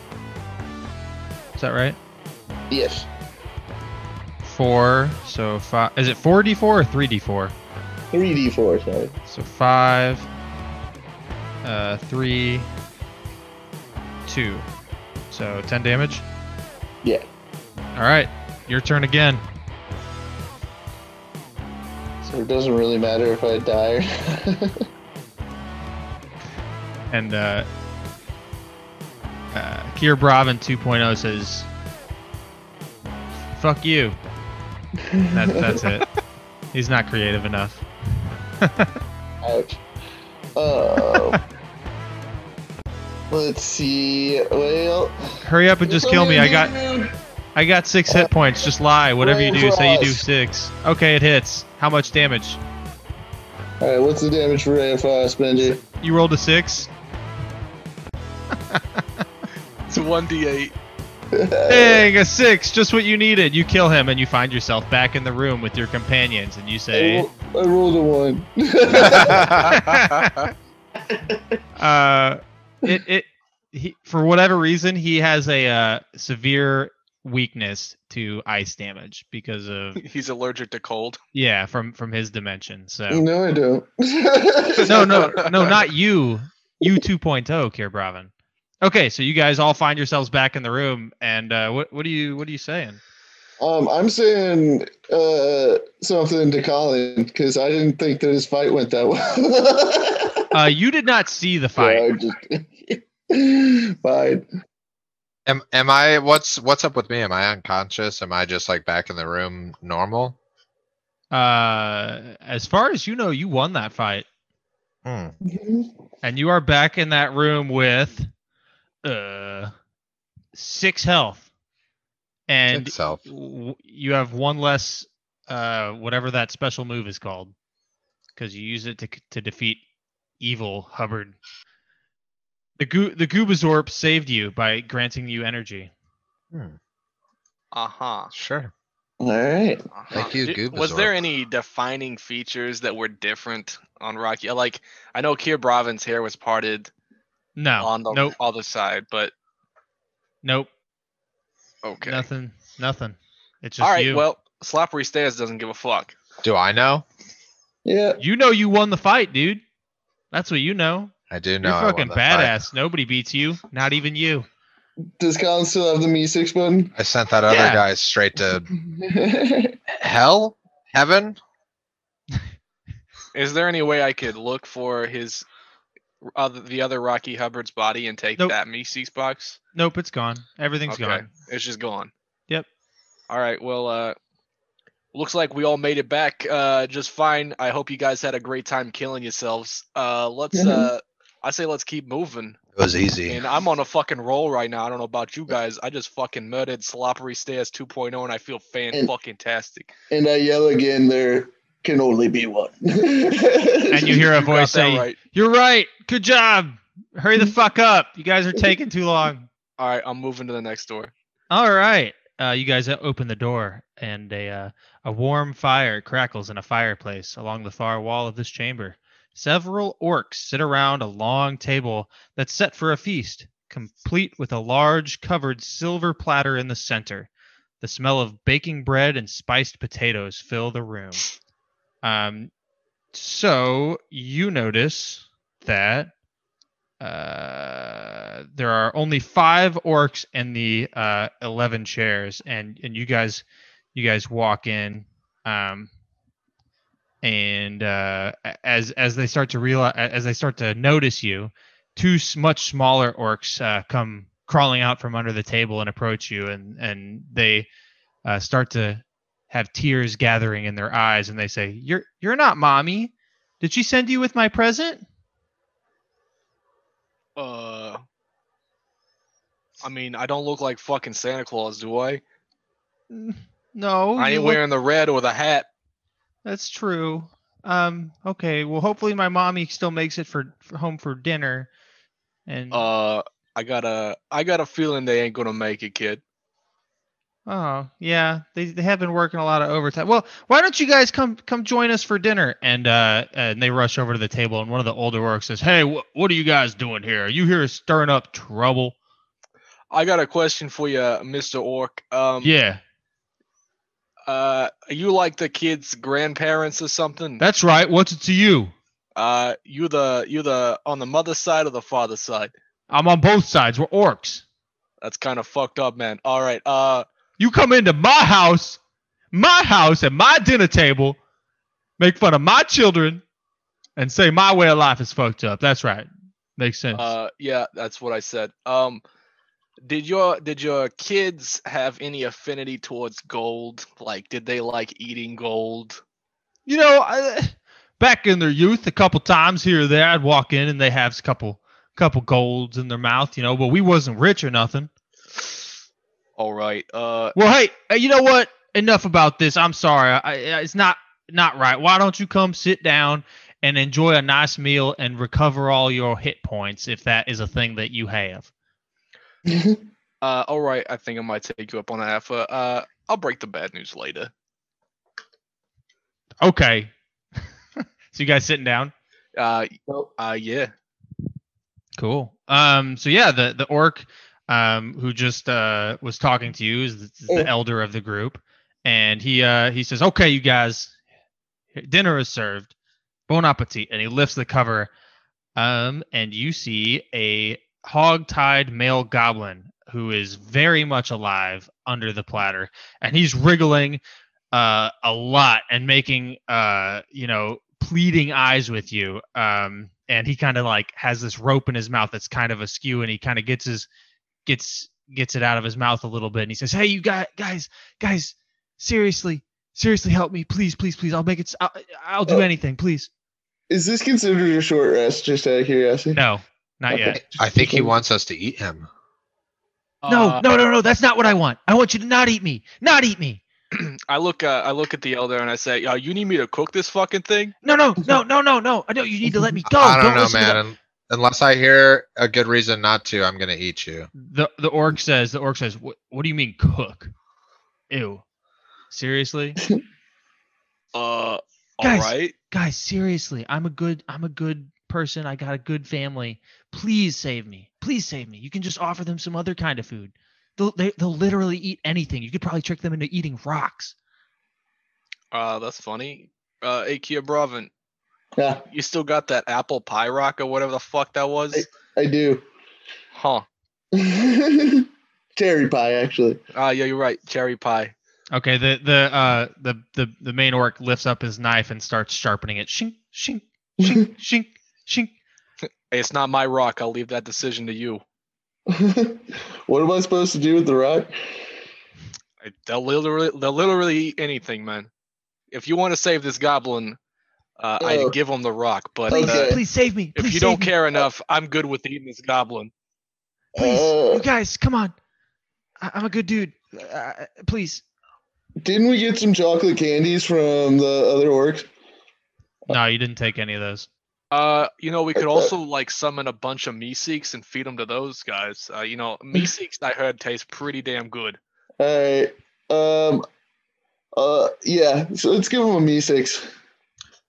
Speaker 2: Is that right?
Speaker 4: yes.
Speaker 2: Four. So five. Is it 4d4 or 3d4?
Speaker 4: 3d4, sorry.
Speaker 2: So five, uh, three, two. So ten damage.
Speaker 4: Yeah.
Speaker 2: All right, your turn again.
Speaker 4: So it doesn't really matter if I die or *laughs*
Speaker 2: And uh, uh, Kier Bravin 2.0 says, "Fuck you." And That, that's it. He's not creative enough.
Speaker 4: Ouch. Um, let's see. Well,
Speaker 2: Hurry up and just kill me. I got I got six hit points. Just lie. Whatever you do, say you do six. Okay, it hits. How much damage?
Speaker 4: All right, what's the damage for AFI, Benji?
Speaker 2: You rolled a six.
Speaker 3: It's a 1d8.
Speaker 4: Uh,
Speaker 2: Dang, a six, just what you needed. You kill him and you find yourself back in the room with your companions and you
Speaker 4: I,
Speaker 2: say,
Speaker 4: ro- I rolled a
Speaker 2: *laughs*
Speaker 4: one.
Speaker 2: uh, it, it, he, for whatever reason, he has a uh, severe weakness to ice damage because of,
Speaker 3: He's allergic to cold.
Speaker 2: yeah, from, from his dimension. So,
Speaker 4: no, I don't.
Speaker 2: *laughs* no, no, no, not you. You 2.0, Kier Bravin. Okay, so you guys all find yourselves back in the room, and uh, what what are you what are you saying?
Speaker 4: um, I'm saying uh, something to Colin because I didn't think that his fight went that *laughs*
Speaker 2: Uh,
Speaker 4: well.
Speaker 2: you did not see the fight.
Speaker 4: Yeah, I just- *laughs* Fine.
Speaker 5: Am am I what's what's up with me? Am I unconscious? Am I just like back in the room normal?
Speaker 2: Uh, as far as you know, you won that fight,
Speaker 5: Hmm.
Speaker 2: and you are back in that room with uh six health, and
Speaker 5: Itself.
Speaker 2: w- you have one less uh whatever that special move is called, because you use it to c- to defeat evil Hubbard. The goo the Goobazorp saved you by granting you energy.
Speaker 3: Uh huh.
Speaker 5: Sure.
Speaker 4: All right.
Speaker 5: Thank you, Goobazorp.
Speaker 3: Was there any defining features that were different on Rocky? Like, I know Kier Bravin's hair was parted
Speaker 2: No,
Speaker 3: on the
Speaker 2: nope,
Speaker 3: other side, but
Speaker 2: nope,
Speaker 3: okay.
Speaker 2: nothing, nothing. It's just
Speaker 3: All right.
Speaker 2: you.
Speaker 3: Well, Sloppery Stairs doesn't give a fuck.
Speaker 5: Do I know?
Speaker 4: Yeah.
Speaker 2: You know you won the fight, dude. That's what you know.
Speaker 5: I do know.
Speaker 2: You're
Speaker 5: I won
Speaker 2: fucking
Speaker 5: the fight.
Speaker 2: badass. Nobody beats you, not even you.
Speaker 4: Does Colin still have the me six button? *laughs*
Speaker 5: I sent that other
Speaker 2: Yeah.
Speaker 5: guy straight to hell, heaven.
Speaker 3: Is there any way I could look for his other the other Rocky Hubbard's body and take
Speaker 2: Nope.
Speaker 3: that Mises box?
Speaker 2: Nope, it's gone. Everything's
Speaker 3: Okay.
Speaker 2: gone.
Speaker 3: It's just gone.
Speaker 2: Yep.
Speaker 3: All right. Well, uh, looks like we all made it back uh, just fine. I hope you guys had a great time killing yourselves. Uh, let's.
Speaker 4: Mhm.
Speaker 3: Uh, I say let's keep moving.
Speaker 5: It was easy.
Speaker 3: And I'm on a fucking roll right now. I don't know about you guys. I just fucking murdered Sloppery Stairs 2.0, and I feel fan
Speaker 4: And-
Speaker 3: fucking tastic.
Speaker 4: and I yell again, there can only be one.
Speaker 2: And you hear a
Speaker 3: You got
Speaker 2: voice
Speaker 3: that
Speaker 2: say,
Speaker 3: right.
Speaker 2: "You're right. Good job. Hurry the fuck up. You guys are taking too long."
Speaker 3: All right, I'm moving to the next door.
Speaker 2: All right. Uh, you guys uh, open the door, and a uh, a warm fire crackles in a fireplace along the far wall of this chamber. Several orcs sit around a long table that's set for a feast, complete with a large covered silver platter in the center. The smell of baking bread and spiced potatoes fill the room. Um, so you notice that uh, there are only five orcs in the uh, eleven chairs, and and you guys, you guys walk in, um, and uh, a- as as they start to realize, as they start to notice you, two s- much smaller orcs uh, come crawling out from under the table and approach you, and and they uh, start to have tears gathering in their eyes, and they say, "You're you're not mommy. Did she send you with my present?"
Speaker 3: Uh, I mean, I don't look like fucking Santa Claus, do I?
Speaker 2: "N- No,
Speaker 3: I
Speaker 2: you
Speaker 3: ain't
Speaker 2: look-
Speaker 3: wearing the red or the hat.
Speaker 2: That's true. Um. Okay. Well, hopefully my mommy still makes it for, for home for dinner. And
Speaker 3: Uh, I got a, I got a feeling they ain't gonna make it, kid.
Speaker 2: oh yeah, they, they have been working a lot of overtime. Well, why don't you guys come come join us for dinner? And uh, and they rush over to the table, and one of the older orcs says, "Hey, wh- what are you guys doing here? Are you here stirring up trouble?"
Speaker 3: I got a question for you, Mister Orc. Um,
Speaker 2: yeah,
Speaker 3: Uh, are you like the kid's grandparents or something?
Speaker 2: that's right. What's it to you?
Speaker 3: uh, you the, you the on the mother's side or the father's side?
Speaker 2: I'm on both sides. We're orcs.
Speaker 3: That's kind of fucked up, man. All right. Uh,
Speaker 2: You come into my house, my house at my dinner table, make fun of my children, and say my way of life is fucked up. That's right. Makes sense.
Speaker 3: uh, yeah, that's what I said. Um, did your did your kids have any affinity towards gold? Like, did they like eating gold?
Speaker 2: you know, I, back in their youth, a couple times here or there, I'd walk in and they have a couple couple golds in their mouth, you know, but we wasn't rich or nothing.
Speaker 3: All right. Uh,
Speaker 2: Well, hey, uh, you know what? Enough about this. I'm sorry. I, I- it's not not right. Why don't you come sit down and enjoy a nice meal and recover all your hit points if that is a thing that you have?
Speaker 3: uh, all right. I think I might take you up on that. offer. Uh, I'll break the bad news later.
Speaker 2: Okay. *laughs* so you guys sitting down?
Speaker 3: Uh,
Speaker 4: Nope.
Speaker 3: uh, yeah.
Speaker 2: Cool. Um. So yeah, the the orc, um, who just uh was talking to you is the, is the
Speaker 4: Oh.
Speaker 2: elder of the group, and he uh he says, "Okay, you guys, dinner is served. Bon appetit." And he lifts the cover, um, and you see a hog-tied male goblin who is very much alive under the platter, and he's wriggling, uh, a lot and making uh, you know, pleading eyes with you. Um, and he kind of like has this rope in his mouth that's kind of askew, and he kind of gets his gets gets it out of his mouth a little bit, and he says, "Hey, you guys, guys, guys, seriously, seriously, help me, please, please, please. I'll make it. s- I'll, I'll do
Speaker 4: Oh.
Speaker 2: anything, please."
Speaker 4: *laughs* Is this considered a short rest? Just out of curiosity.
Speaker 2: No, not
Speaker 4: Okay.
Speaker 2: yet.
Speaker 5: I think he wants us to eat him.
Speaker 2: No,
Speaker 3: Uh,
Speaker 2: no, no, no. That's not what I want. I want you to not eat me. Not eat me.
Speaker 3: I look. Uh, I look at the elder and I say, uh, "You need me to cook this fucking thing?"
Speaker 2: No, *laughs* no, no, no, no, no. I know you need to let me go.
Speaker 5: I don't, know,
Speaker 2: listen to
Speaker 5: man.
Speaker 2: that."
Speaker 5: Un- Unless I hear a good reason not to, I'm gonna eat you.
Speaker 2: the the orc says the orc says what what do you mean cook ew *laughs* seriously
Speaker 3: Uh, all
Speaker 2: Guys.
Speaker 3: right.
Speaker 2: guys seriously i'm a good i'm a good person i got a good family please save me please save me you can just offer them some other kind of food they'll they, they'll literally eat anything you could probably trick them into eating rocks
Speaker 3: Uh, that's funny. Uh, Akia Bravin,
Speaker 4: Yeah,
Speaker 3: you still got that apple pie rock or whatever the fuck that was?
Speaker 4: I do. *laughs*
Speaker 3: Huh.
Speaker 4: Cherry pie, actually. *laughs*
Speaker 3: Ah, yeah, you're right. Cherry pie.
Speaker 2: okay the the uh the the, the main orc lifts up his knife and starts sharpening it shink shink
Speaker 3: *laughs*
Speaker 2: shink shink shink
Speaker 3: Hey, it's not my rock. I'll leave that decision to you.
Speaker 4: what am I supposed to do with the rock?
Speaker 3: I- They'll literally, they'll literally eat anything, man. If you want to save this goblin, uh,
Speaker 4: Oh.
Speaker 3: I'd give him the rock. But
Speaker 2: please
Speaker 4: Okay.
Speaker 3: uh,
Speaker 2: please save me
Speaker 3: if
Speaker 2: please
Speaker 3: you
Speaker 2: save
Speaker 3: don't
Speaker 2: me.
Speaker 3: care enough, I'm good with eating this goblin.
Speaker 2: please
Speaker 4: Uh,
Speaker 2: you guys come on I, i'm a good dude uh, please
Speaker 4: didn't we get some chocolate candies from the other orcs?
Speaker 2: No, you didn't take any of those.
Speaker 3: Uh, you know, we could
Speaker 4: Okay.
Speaker 3: also like summon a bunch of meeseeks and feed them to those guys. Uh, you know, meeseeks I heard taste pretty damn good.
Speaker 4: All right. Um. Uh. Yeah. So let's give them a me six.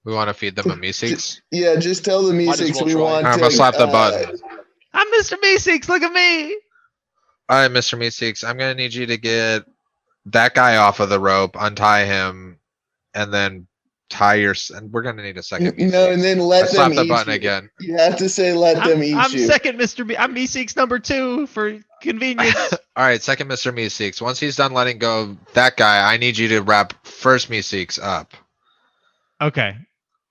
Speaker 5: We want to feed them a meeseeks.
Speaker 4: *laughs* Yeah. Just tell the me
Speaker 3: Might as
Speaker 4: six
Speaker 3: well
Speaker 4: we
Speaker 3: try.
Speaker 4: want.
Speaker 5: Alright, I'm
Speaker 4: to,
Speaker 5: gonna slap the
Speaker 4: uh,
Speaker 5: button.
Speaker 2: I'm Mr. Meeseeks. Look at me.
Speaker 5: All right, Mr. Meeseeks, I'm gonna need you to get that guy off of the rope, untie him, and then tie your. s- And we're gonna need a second.
Speaker 4: You know,
Speaker 5: Meeseeks.
Speaker 4: and then let
Speaker 5: slap
Speaker 4: them
Speaker 5: the
Speaker 4: eat
Speaker 5: button
Speaker 4: you.
Speaker 5: again.
Speaker 4: You have to say let them
Speaker 2: I'm,
Speaker 4: eat
Speaker 2: I'm
Speaker 4: you.
Speaker 2: second Mr. Me- I'm Meeseeks number two for convenience.
Speaker 5: All right, second Mr. Meeseeks. Once he's done letting go of that guy, I need you to wrap first Meeseeks up.
Speaker 2: okay.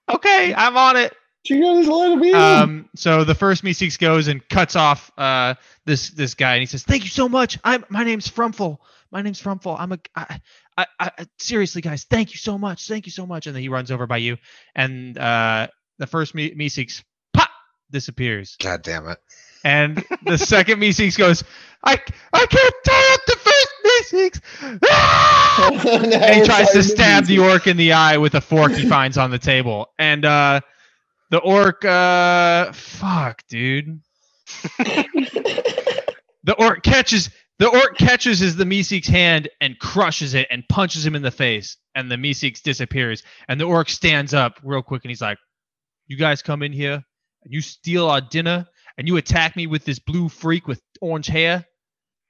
Speaker 2: Okay, I'm on it.
Speaker 4: You gotta let them eat him.
Speaker 2: Um, so the first Meeseeks goes and cuts off uh, this this guy, and he says, "Thank you so much. I'm my name's Frumful. My name's Frumful. I'm a I, I, I, I- seriously, guys. Thank you so much. Thank you so much." And then he runs over by you, and uh, the first Me- Meeseeks pop disappears,
Speaker 5: God damn it.
Speaker 2: and the second Meeseeks goes, "I I can't tie up the first Meeseeks."
Speaker 4: *laughs*
Speaker 2: *laughs* Ah! and he tries to stab the orc in the eye with a fork he finds on the table. And uh the orc uh fuck, dude. the orc catches the orc catches his the Meeseeks hand and crushes it and punches him in the face and the Meeseeks disappears and the orc stands up real quick and he's like, "You guys come in here and you steal our dinner and you attack me with this blue freak with orange hair?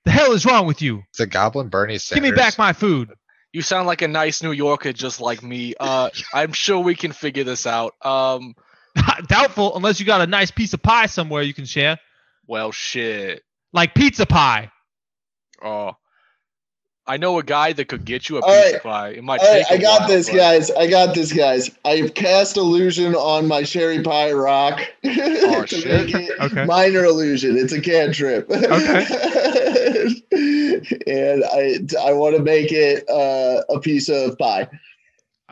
Speaker 2: The hell is wrong with you?
Speaker 5: It's a goblin Bernie
Speaker 2: Give
Speaker 5: Sanders.
Speaker 2: me back my food."
Speaker 3: You sound like a nice New Yorker just like me. Uh, I'm sure we can figure this out. Um,
Speaker 2: *laughs* Doubtful, unless you got a nice piece of pie somewhere you can share,
Speaker 3: well, shit.
Speaker 2: like pizza pie.
Speaker 3: Oh, I know a guy that could get you a
Speaker 4: All
Speaker 3: piece
Speaker 4: right.
Speaker 3: of pie. It might
Speaker 4: All right,
Speaker 3: take
Speaker 4: I
Speaker 3: a
Speaker 4: got
Speaker 3: while,
Speaker 4: this,
Speaker 3: but-
Speaker 4: guys. I got this, guys. I've cast illusion on my cherry pie rock *laughs* to
Speaker 3: shit.
Speaker 4: make it
Speaker 2: Oh, Okay.
Speaker 4: minor illusion. It's a cantrip. *laughs* and I I want to make it uh, a piece of pie.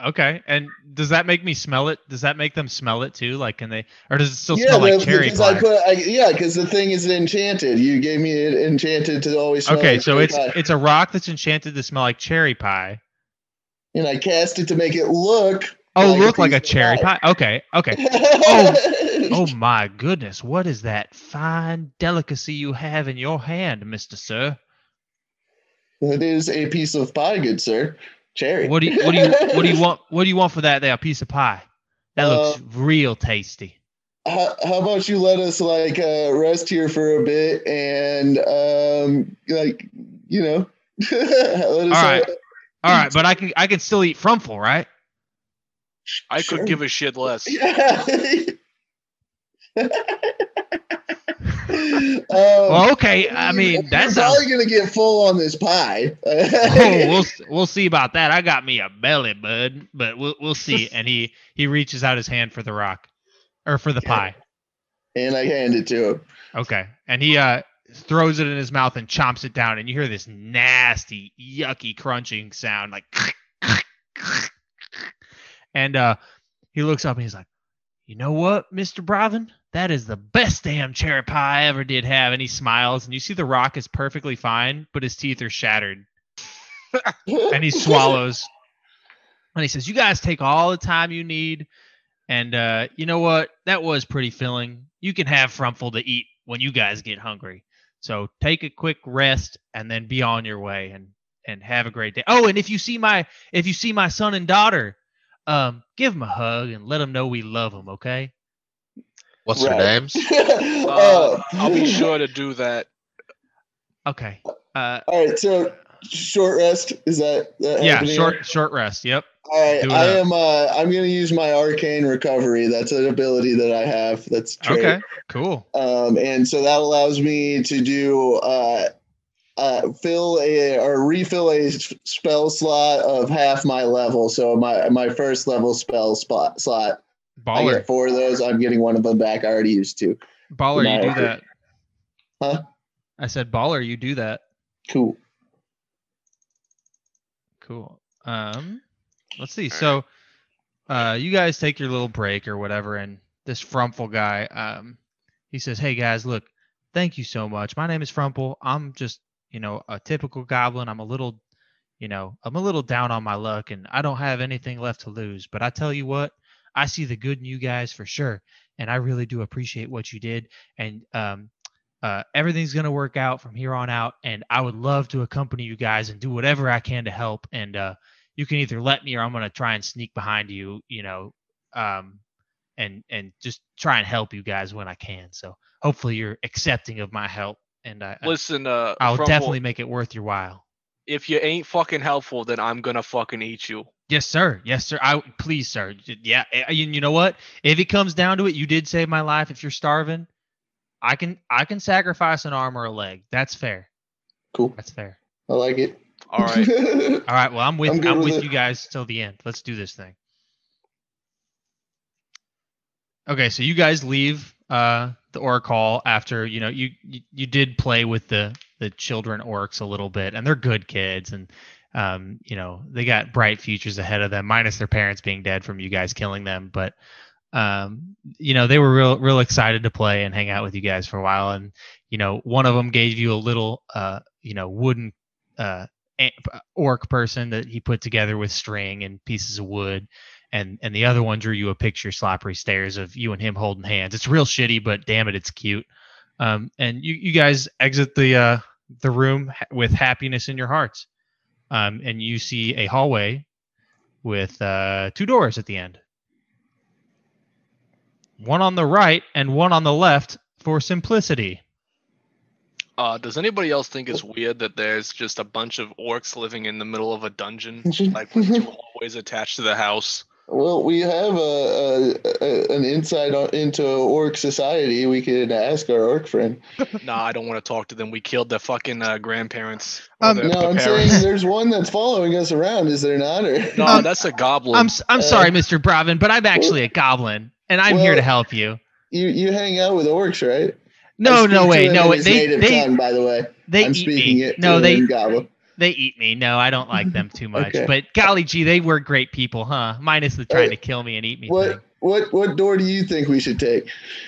Speaker 2: Okay, and does that make me smell it? Does that make them smell it too? Like, can they, or does it still
Speaker 4: yeah,
Speaker 2: smell like
Speaker 4: but-
Speaker 2: cherry
Speaker 4: because
Speaker 2: pie?
Speaker 4: I put I, yeah, because the thing is enchanted. You gave me it enchanted to always. Smell
Speaker 2: okay,
Speaker 4: like
Speaker 2: so
Speaker 4: cherry
Speaker 2: it's
Speaker 4: pie.
Speaker 2: it's a rock that's enchanted to smell like cherry pie.
Speaker 4: and I cast it to make it look.
Speaker 2: Oh,
Speaker 4: Like a
Speaker 2: look like a
Speaker 4: piece of
Speaker 2: cherry pie. Okay,
Speaker 4: *laughs*
Speaker 2: okay.
Speaker 4: Oh,
Speaker 2: Oh my goodness, what is that fine delicacy you have in your hand, Mister Sir?
Speaker 4: That is a piece of pie, good sir. Cherry.
Speaker 2: What do you what do you what do you want? What do you want for that there piece of pie? That
Speaker 4: Uh,
Speaker 2: looks real tasty.
Speaker 4: *laughs* how, how about you let us like uh, rest here for a bit and um like you know *laughs* let us
Speaker 2: All right. All right, but I can I can still eat frumful, right?
Speaker 3: I could
Speaker 4: Sure.
Speaker 3: give a shit less.
Speaker 4: yeah *laughs* um,
Speaker 2: Well, okay. I mean,
Speaker 4: you're
Speaker 2: that sounds.
Speaker 4: probably gonna get full on this pie *laughs*
Speaker 2: *laughs* Oh, we'll s- we'll see about that. I got me a belly bud, but we'll we'll see. And he he reaches out his hand for the rock, or for the
Speaker 4: Yeah.
Speaker 2: pie.
Speaker 4: and i hand it to him
Speaker 2: Okay, and he uh throws it in his mouth and chomps it down, and you hear this nasty, yucky crunching sound, like. *laughs* And uh, he looks up and he's like, "You know what, Mister Bravin? That is the best damn cherry pie I ever did have." And he smiles, and you see the rock is perfectly fine, but his teeth are shattered. and he
Speaker 4: *laughs*
Speaker 2: swallows. And he says, "You guys take all the time you need, and uh, you know what? That was pretty filling. You can have Frumful to eat when you guys get hungry. So take a quick rest and then be on your way and and have a great day. Oh, and if you see my if you see my son and daughter, um, give them a hug and let them know we love them. Okay?
Speaker 5: What's
Speaker 4: Right.
Speaker 5: their names?
Speaker 3: Uh,
Speaker 4: Oh.
Speaker 3: I'll be sure to do that.
Speaker 2: Okay. Uh,
Speaker 4: all right so short rest is that, that
Speaker 2: yeah.
Speaker 4: happening?
Speaker 2: Short short rest. Yep.
Speaker 4: All right,
Speaker 2: Do it
Speaker 4: I
Speaker 2: up.
Speaker 4: am. Uh, I'm going to use my arcane recovery. That's an ability that I have. That's a trait.
Speaker 2: Okay. Cool.
Speaker 4: Um, and so that allows me to do uh, uh, fill a or refill a s- spell slot of half my level. So my my first level spell spot slot. I
Speaker 2: Baller.
Speaker 4: get four of those. I'm getting one of them back. I already used two.
Speaker 2: Baller. You
Speaker 4: Nah.
Speaker 2: do that.
Speaker 4: Huh?
Speaker 2: I said baller. You do that.
Speaker 4: Cool.
Speaker 2: Cool. Um, let's see. So, uh, you guys take your little break or whatever, and this Frumple guy, um, he says, "Hey guys, look, thank you so much. My name is Frumple. I'm just, you know, a typical goblin. I'm a little, you know, I'm a little down on my luck, and I don't have anything left to lose. But I tell you what, I see the good in you guys for sure, and I really do appreciate what you did. And um, uh, everything's going to work out from here on out and i would love to accompany you guys and do whatever i can to help and uh, you can either let me or i'm going to try and sneak behind you you know um, and and just try and help you guys when I can. So hopefully you're accepting of my help, and I, I
Speaker 3: Listen, uh,
Speaker 2: I'll
Speaker 3: Frumple,
Speaker 2: definitely make it worth your while.
Speaker 3: If you ain't fucking helpful, then I'm gonna fucking eat you.
Speaker 2: Yes, sir. Yes, sir. I please, sir. J- Yeah, a- and you know what? If it comes down to it, you did save my life. If you're starving, I can I can sacrifice an arm or a leg. That's fair.
Speaker 4: Cool.
Speaker 2: That's fair.
Speaker 4: I like it.
Speaker 3: All
Speaker 4: *laughs*
Speaker 3: right.
Speaker 2: *laughs* All right. Well, I'm with
Speaker 4: I'm
Speaker 2: I'm,
Speaker 4: good with
Speaker 2: with
Speaker 4: it.
Speaker 2: you guys till the end. Let's do this thing. Okay, so you guys leave uh, the orc hall after you know you, you you did play with the the children orcs a little bit, and they're good kids, and um, you know they got bright futures ahead of them, minus their parents being dead from you guys killing them. But um, you know they were real real excited to play and hang out with you guys for a while, and you know one of them gave you a little uh, you know wooden uh, a- orc person that he put together with string and pieces of wood and and the other one drew you a picture sloppery stairs of you and him holding hands it's real shitty but damn it it's cute um and you you guys exit the uh the room ha- with happiness in your hearts um and you see a hallway with uh two doors at the end one on the right and one on the left for simplicity
Speaker 3: Uh, does anybody else think it's weird that there's just a bunch of orcs living in the middle of a dungeon, like with
Speaker 4: *laughs*
Speaker 3: two hallways attached to the house?
Speaker 4: Well, we have a, a, a an insight on, into orc society. We could ask our orc friend.
Speaker 3: Nah, I don't want to talk to them. We killed their fucking uh, grandparents. or
Speaker 2: Um,
Speaker 3: their-
Speaker 4: No,
Speaker 3: their
Speaker 4: I'm
Speaker 3: parents.
Speaker 4: saying there's one that's following us around. Is there not? Or
Speaker 3: no,
Speaker 2: Um,
Speaker 3: that's a goblin.
Speaker 2: i'm s- i'm sorry mr bravin but i'm actually a goblin and i'm here to
Speaker 4: Well-
Speaker 2: help you
Speaker 4: *laughs* you you hang out with orcs, right? I
Speaker 2: No,
Speaker 4: speak
Speaker 2: no
Speaker 4: to
Speaker 2: way,
Speaker 4: him
Speaker 2: no
Speaker 4: in
Speaker 2: way.
Speaker 4: his
Speaker 2: They
Speaker 4: native
Speaker 2: they
Speaker 4: tongue, by the way,
Speaker 2: they
Speaker 4: I'm
Speaker 2: eat
Speaker 4: speaking
Speaker 2: me.
Speaker 4: it.
Speaker 2: No,
Speaker 4: to
Speaker 2: they
Speaker 4: him in Goblin.
Speaker 2: they eat me. No, I don't like them too much.
Speaker 4: Okay.
Speaker 2: But golly gee, they were great people, huh? Minus the trying to
Speaker 4: Uh,
Speaker 2: kill me and eat me. thing.
Speaker 4: What what what door do you think we should take?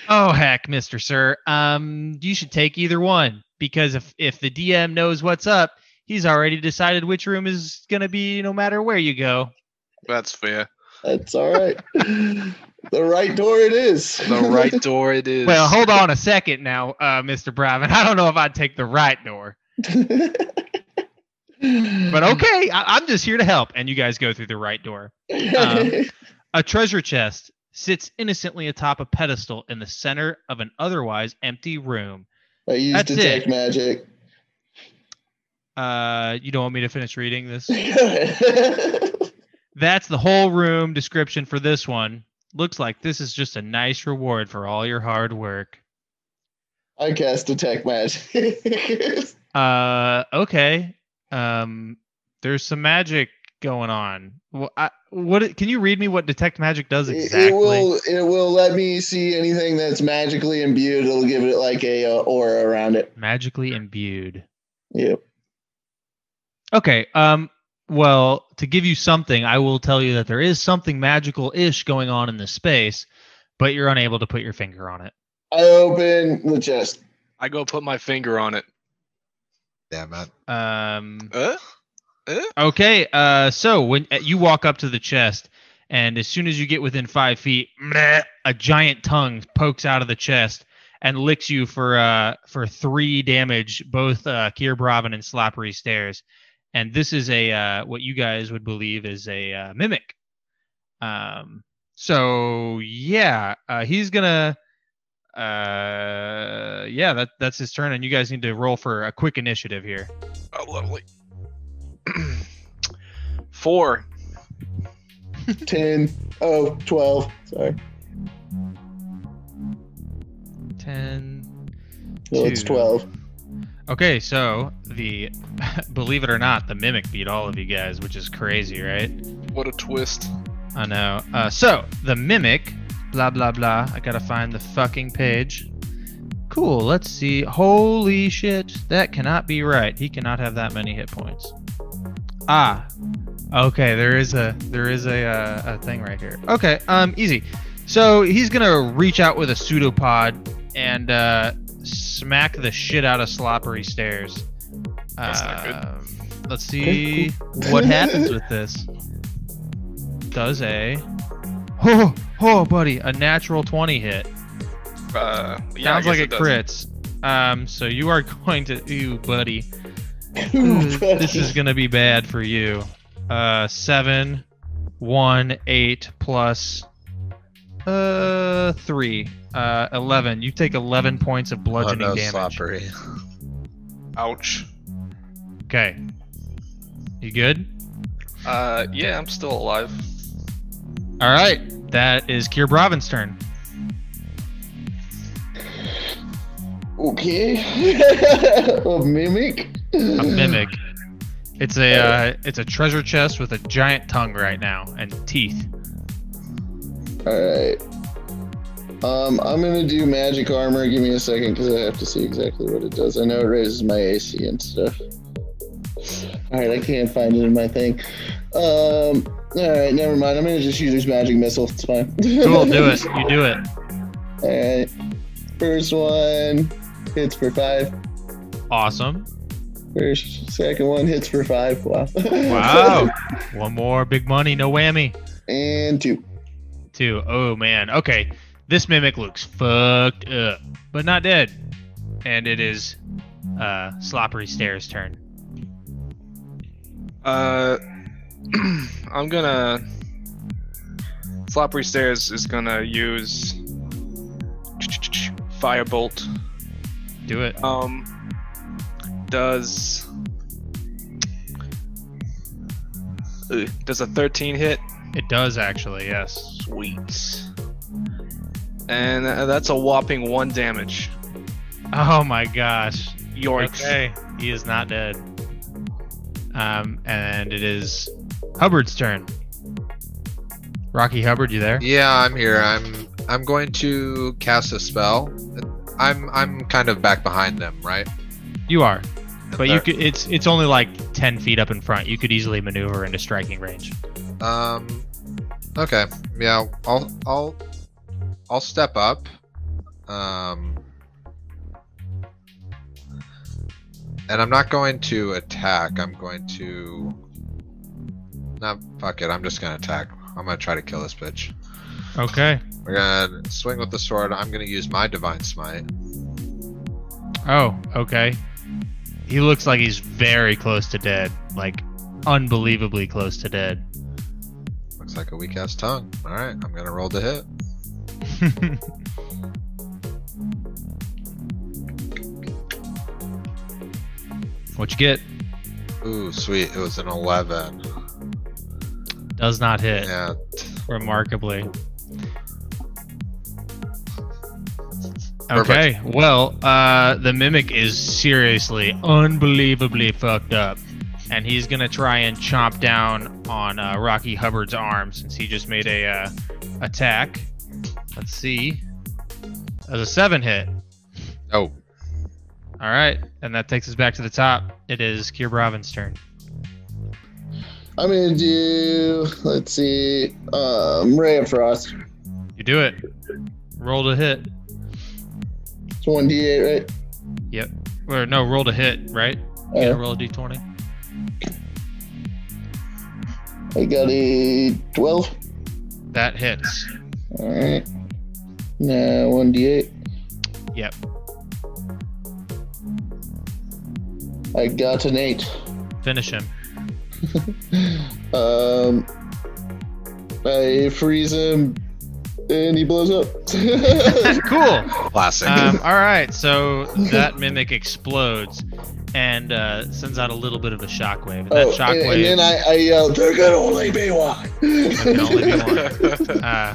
Speaker 2: Oh heck, Mister Sir. Um, you should take either one because if if the DM knows what's up, he's already decided which room is gonna be no matter where you go.
Speaker 3: that's fair.
Speaker 4: That's all right. *laughs* the right door it is.
Speaker 3: The
Speaker 4: *laughs*
Speaker 3: right door it is.
Speaker 2: Well, hold on a second now, uh, Mister Bravin. *laughs* I don't know if I'd take the right door, but
Speaker 4: Hmm. *laughs*
Speaker 2: okay, I- I'm just here to help. And you guys go through the right door. um, A treasure chest sits innocently atop a pedestal in the center of an otherwise empty room.
Speaker 4: I use
Speaker 2: that's it.
Speaker 4: detect magic. *laughs*
Speaker 2: Uh, you don't want me to finish reading
Speaker 4: *laughs*
Speaker 2: this? That's the whole room description for this one. Looks like this is just a nice reward for all your hard work.
Speaker 4: I cast detect *laughs* magic.
Speaker 2: Uh, okay. Um, there's some magic going on. Well, I, what it- can you read me what detect magic does
Speaker 4: It-
Speaker 2: exactly?
Speaker 4: It will it will let me see anything that's magically imbued. It'll give it like a uh, aura around it.
Speaker 2: Magically imbued.
Speaker 4: Yep.
Speaker 2: Okay. Um. Well, to give you something, I will tell you that there is something magical-ish going on in this space, but you're unable to put your finger on it.
Speaker 4: I open the chest.
Speaker 3: I go put my finger on it.
Speaker 5: Damn it.
Speaker 2: Um.
Speaker 3: Uh?
Speaker 2: Okay. Uh. So when uh, you walk up to the chest, and as soon as you get within five feet, meh, a giant tongue pokes out of the chest and licks you for uh for three damage, both uh, Kier Bravin and Sloppery Stairs. And this is a uh, what you guys would believe is a uh, mimic. Um. So yeah, uh, he's gonna. Uh. Yeah. That that's his turn, and you guys need to roll for a quick initiative here.
Speaker 3: Oh, lovely. *clears throat* Four.
Speaker 4: 10. Oh, 12. Sorry.
Speaker 2: Ten.
Speaker 4: No, it's
Speaker 2: Two.
Speaker 4: 12.
Speaker 2: Okay, so the *laughs* believe it or not, the mimic beat all of you guys, which is crazy, right?
Speaker 3: What a twist.
Speaker 2: I know. Uh, so the mimic, blah blah blah. I gotta find the fucking page. Cool. Let's see. Holy shit, that cannot be right. He cannot have that many hit points. Ah. Okay. There is a there is a uh, a thing right here. Okay. Um. Easy. So he's gonna reach out with a pseudopod and uh, smack the shit out of sloppery stairs.
Speaker 3: That's not good.
Speaker 2: Um, Let's see
Speaker 4: Okay,
Speaker 2: what happens with this. Does a oh oh buddy a natural twenty hit?
Speaker 3: Uh, yeah, I
Speaker 2: Sounds like
Speaker 3: guess
Speaker 2: it,
Speaker 3: does.
Speaker 2: crits. Um, so you are *laughs* going to ooh buddy,
Speaker 4: *laughs* Ooh,
Speaker 2: Hmm, this is gonna be bad for you. Uh, seven, one, eight plus Uh, three. Uh, eleven. You take eleven points of bludgeoning
Speaker 5: oh, no,
Speaker 2: damage.
Speaker 5: sloppery.
Speaker 3: Ouch.
Speaker 2: Okay. You good?
Speaker 3: Uh, yeah, I'm still alive.
Speaker 2: All right. That is Kier Bravin's turn.
Speaker 4: Okay. *laughs* a mimic?
Speaker 2: A mimic. It's a uh, it's a treasure chest with a giant tongue right now and teeth.
Speaker 4: Alright. Um, I'm gonna do magic armor. Give me a second because I have to see exactly what it does. I know it raises my AC and stuff. Alright, I can't find it in my thing. Um alright, never mind. I'm gonna just use this magic missile. It's fine.
Speaker 2: Cool. Do it. You do it.
Speaker 4: *laughs* Alright. First one hits for five.
Speaker 2: Awesome.
Speaker 4: First second one hits for five. Wow.
Speaker 2: Wow. One more big money. No whammy.
Speaker 4: *laughs* and two.
Speaker 2: too. Oh man. Okay. This mimic looks fucked up, but not dead. And it is uh Sloppery Stairs' turn.
Speaker 3: Uh, *clears throat* I'm gonna. Sloppery Stairs is gonna use Firebolt.
Speaker 2: Do it.
Speaker 3: Um, does Ugh, does a 13 hit?
Speaker 2: It does actually, yes.
Speaker 3: Sweet. And uh, that's a whopping one damage. *laughs*
Speaker 2: Oh my gosh.
Speaker 3: Yoinks.
Speaker 2: Okay. He is not dead. Um and it is Hubbard's turn. Rocky Hubbard, you there?
Speaker 5: Yeah, I'm here. I'm I'm going to cast a spell. I'm I'm kind of back behind them, right?
Speaker 2: You are. But you
Speaker 5: They're-
Speaker 2: could it's it's only like ten feet up in front. You could easily maneuver into striking range.
Speaker 5: Um. Okay. Yeah. I'll I'll I'll step up. Um. And I'm not going to attack. I'm going to. Not fuck it. I'm just gonna attack. I'm gonna try to kill this bitch.
Speaker 2: Okay.
Speaker 5: We're gonna swing with the sword. I'm gonna use my divine smite.
Speaker 2: Oh, okay. He looks like he's very close to dead. Like, unbelievably close to dead. *laughs*
Speaker 5: Looks like a weak ass tongue. All right. I'm gonna roll to hit.
Speaker 2: what you get
Speaker 5: Ooh, sweet. It was an 11.
Speaker 2: does not hit
Speaker 5: Yeah.
Speaker 2: remarkably.
Speaker 5: Perfect.
Speaker 2: Okay, well, uh, the mimic is seriously unbelievably fucked up, and he's gonna try and chomp down on uh, Rocky Hubbard's arm since he just made a uh, attack. Let's see, as a seven hit.
Speaker 5: Oh.
Speaker 2: All right, and that takes us back to the top. It is Kier Bravin's turn.
Speaker 4: I'm gonna do let's see, um Ray of Frost.
Speaker 2: You do it. Roll to hit.
Speaker 4: It's one D eight, right?
Speaker 2: Or no, roll to hit, right? You gotta roll a d20.
Speaker 4: I got a 12.
Speaker 2: That hits.
Speaker 4: Alright. Now, 1d8.
Speaker 2: Yep.
Speaker 4: I got an 8.
Speaker 2: Finish him.
Speaker 4: Um, I freeze him and he blows up. *laughs*
Speaker 2: cool.
Speaker 5: Classic.
Speaker 2: Um, all right, so that mimic explodes and uh, sends out a little bit of a shockwave. And that
Speaker 4: Oh, and,
Speaker 2: shockwave
Speaker 4: and then I, I uh, yelled, There can only be one.
Speaker 2: can only be
Speaker 3: *laughs*
Speaker 2: one. Uh,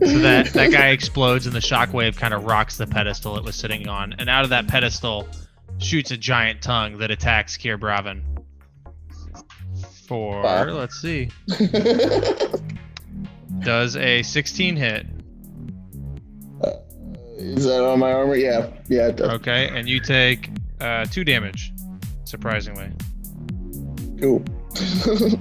Speaker 2: so that that guy explodes and the shockwave kind of rocks the pedestal it was sitting on, and out of that pedestal shoots a giant tongue that attacks Kier Bravin. For
Speaker 4: Wow.
Speaker 2: let's see, does a 16 hit?
Speaker 4: *laughs* Is that on my armor? Yeah. Yeah, it does.
Speaker 2: Okay, and you take uh, two damage, surprisingly.
Speaker 4: Cool. *laughs*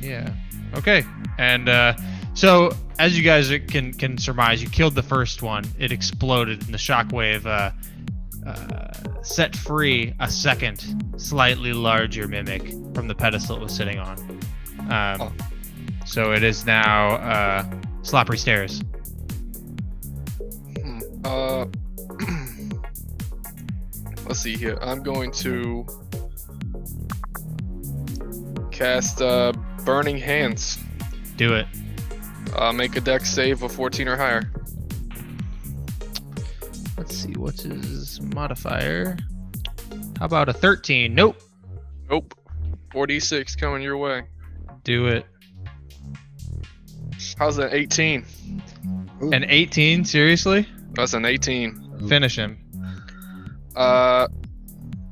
Speaker 2: Yeah. Okay. And uh, so, as you guys can can surmise, you killed the first one. It exploded, and the shockwave uh, uh, set free a second, slightly larger mimic from the pedestal it was sitting on. Um,
Speaker 5: Oh.
Speaker 2: So it is now uh, sloppery stairs.
Speaker 3: Hmm, Uh, *clears throat* let's see here. I'm going to cast uh, Burning Hands.
Speaker 2: Do it.
Speaker 3: Uh, make a deck save of 14 or higher.
Speaker 2: Let's see, what's his modifier? How about a 13? Nope.
Speaker 3: Nope. 46 coming your way.
Speaker 2: Do it.
Speaker 3: How's that? 18.
Speaker 2: An 18? Seriously?
Speaker 3: That's an 18.
Speaker 2: Finish him.
Speaker 3: Uh,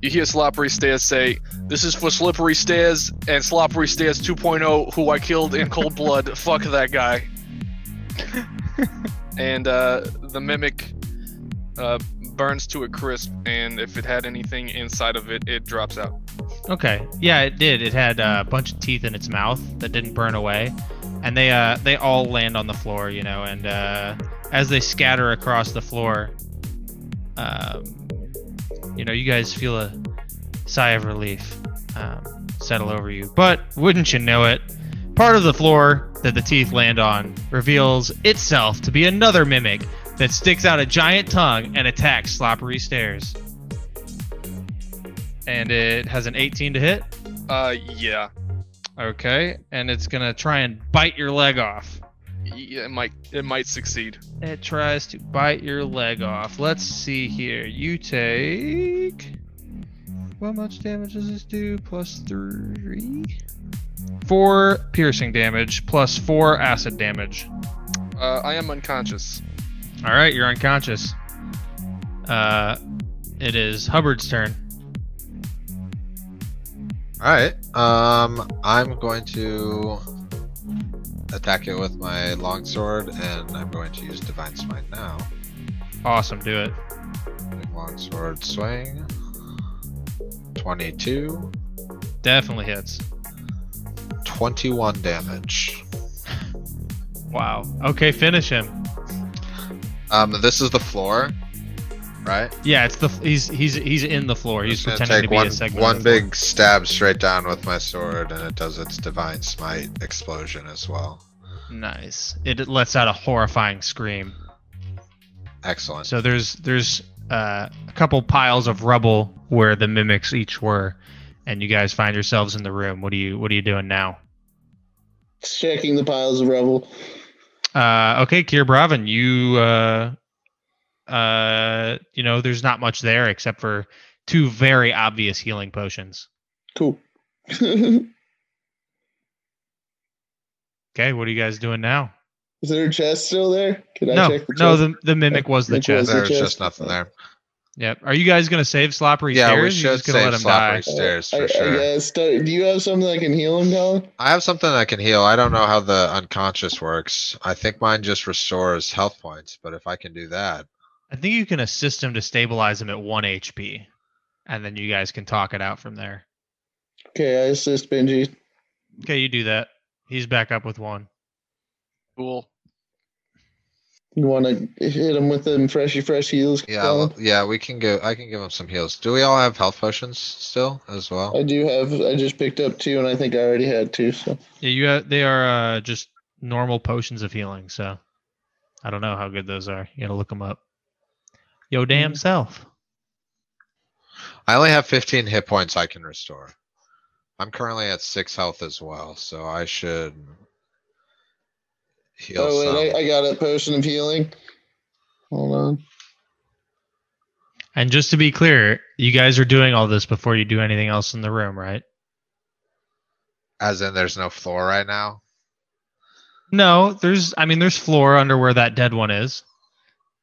Speaker 3: you hear Sloppery Stairs say, "This is for Slippery Stairs and Sloppery Stairs 2.0, who I killed in cold blood. *laughs* Fuck that guy." and uh, the mimic uh, burns to a crisp, and if it had anything inside of it, it drops out.
Speaker 2: Okay. Yeah, it did. It had uh, a bunch of teeth in its mouth that didn't burn away, and they uh, they all land on the floor, you know. And uh, as they scatter across the floor, um, you know, you guys feel a sigh of relief um, settle over you. But wouldn't you know it, part of the floor that the teeth land on reveals itself to be another mimic that sticks out a giant tongue and attacks Sloppery Stairs. And it has an 18 to hit.
Speaker 3: Uh, yeah.
Speaker 2: Okay, and it's gonna try and bite your leg off.
Speaker 3: Y- It might it might succeed.
Speaker 2: It tries to bite your leg off. Let's see here. You take. How much damage does this do? Plus three. Four piercing damage, plus four acid damage.
Speaker 3: Uh, I am unconscious.
Speaker 2: All right, you're unconscious. Uh, it is Hubbard's turn.
Speaker 5: All right. Um, I'm going to attack it with my longsword, and I'm going to use divine smite now.
Speaker 2: Awesome, do it.
Speaker 5: Longsword swing. Twenty-two.
Speaker 2: Definitely hits.
Speaker 5: 21 damage.
Speaker 2: Wow. Okay, finish him.
Speaker 5: Um, this is the floor, right?
Speaker 2: Yeah, it's the he's he's he's in the floor. He's
Speaker 5: I'm gonna
Speaker 2: pretending to be
Speaker 5: one,
Speaker 2: a segment.
Speaker 5: one
Speaker 2: of the floor.
Speaker 5: big stab straight down with my sword, and it does its divine smite explosion as well.
Speaker 2: Nice. It lets out a horrifying scream.
Speaker 5: Excellent.
Speaker 2: So there's there's uh, a couple piles of rubble where the mimics each were, and you guys find yourselves in the room. What are you What are you doing now?
Speaker 4: Checking the piles of rubble.
Speaker 2: Uh, okay, Kier Bravin, you uh, uh, you know there's not much there except for two very obvious healing potions.
Speaker 4: Cool. *laughs* Is
Speaker 2: Okay, what are you guys doing now?
Speaker 4: there a chest still there? Can I
Speaker 2: no,
Speaker 4: check the
Speaker 2: no,
Speaker 4: chest?
Speaker 2: the the mimic was the
Speaker 4: Mimic was
Speaker 2: chest.
Speaker 4: the-
Speaker 5: There's
Speaker 4: chest-
Speaker 5: just nothing there.
Speaker 2: Yep. Are you guys gonna save Sloppery
Speaker 5: Yeah,
Speaker 2: Stairs?
Speaker 5: we
Speaker 2: or you're
Speaker 5: should
Speaker 2: just gonna let
Speaker 5: save
Speaker 2: him
Speaker 5: Sloppery
Speaker 2: die.
Speaker 5: Stairs
Speaker 4: Uh, I,
Speaker 5: for sure.
Speaker 4: I guess. Do do you have something that can heal him, Colin?
Speaker 5: I have something that can heal. I don't know how the unconscious works. I think mine just restores health points, but if I can do that,
Speaker 2: I think you can assist him to stabilize him at one HP, and then you guys can talk it out from there.
Speaker 4: Okay, I assist Benji.
Speaker 2: Okay, you do that. He's back up with one.
Speaker 3: Cool.
Speaker 4: You want to hit him with them freshy, fresh heals?
Speaker 5: yeah,
Speaker 4: Colin?
Speaker 5: well, yeah, we can go. I can give him some heals. Do we all have health potions still as well?
Speaker 4: I do have. I just picked up two, and I think I already had two. So
Speaker 2: Yeah, you. Ha- they are uh, just normal potions of healing. So I don't know how good those are. You gotta look them up. Yo, damn self.
Speaker 5: I only have 15 hit points I can restore. I'm currently at six health as well, so I should heal
Speaker 4: oh wait,
Speaker 5: some.
Speaker 4: I, I got a potion of healing. Hold on. *laughs*
Speaker 2: And just to be clear, you guys are doing all this before you do anything else in the room, right?
Speaker 5: As in, there's no floor right now.
Speaker 2: No, there's. I mean, there's floor under where that dead one is.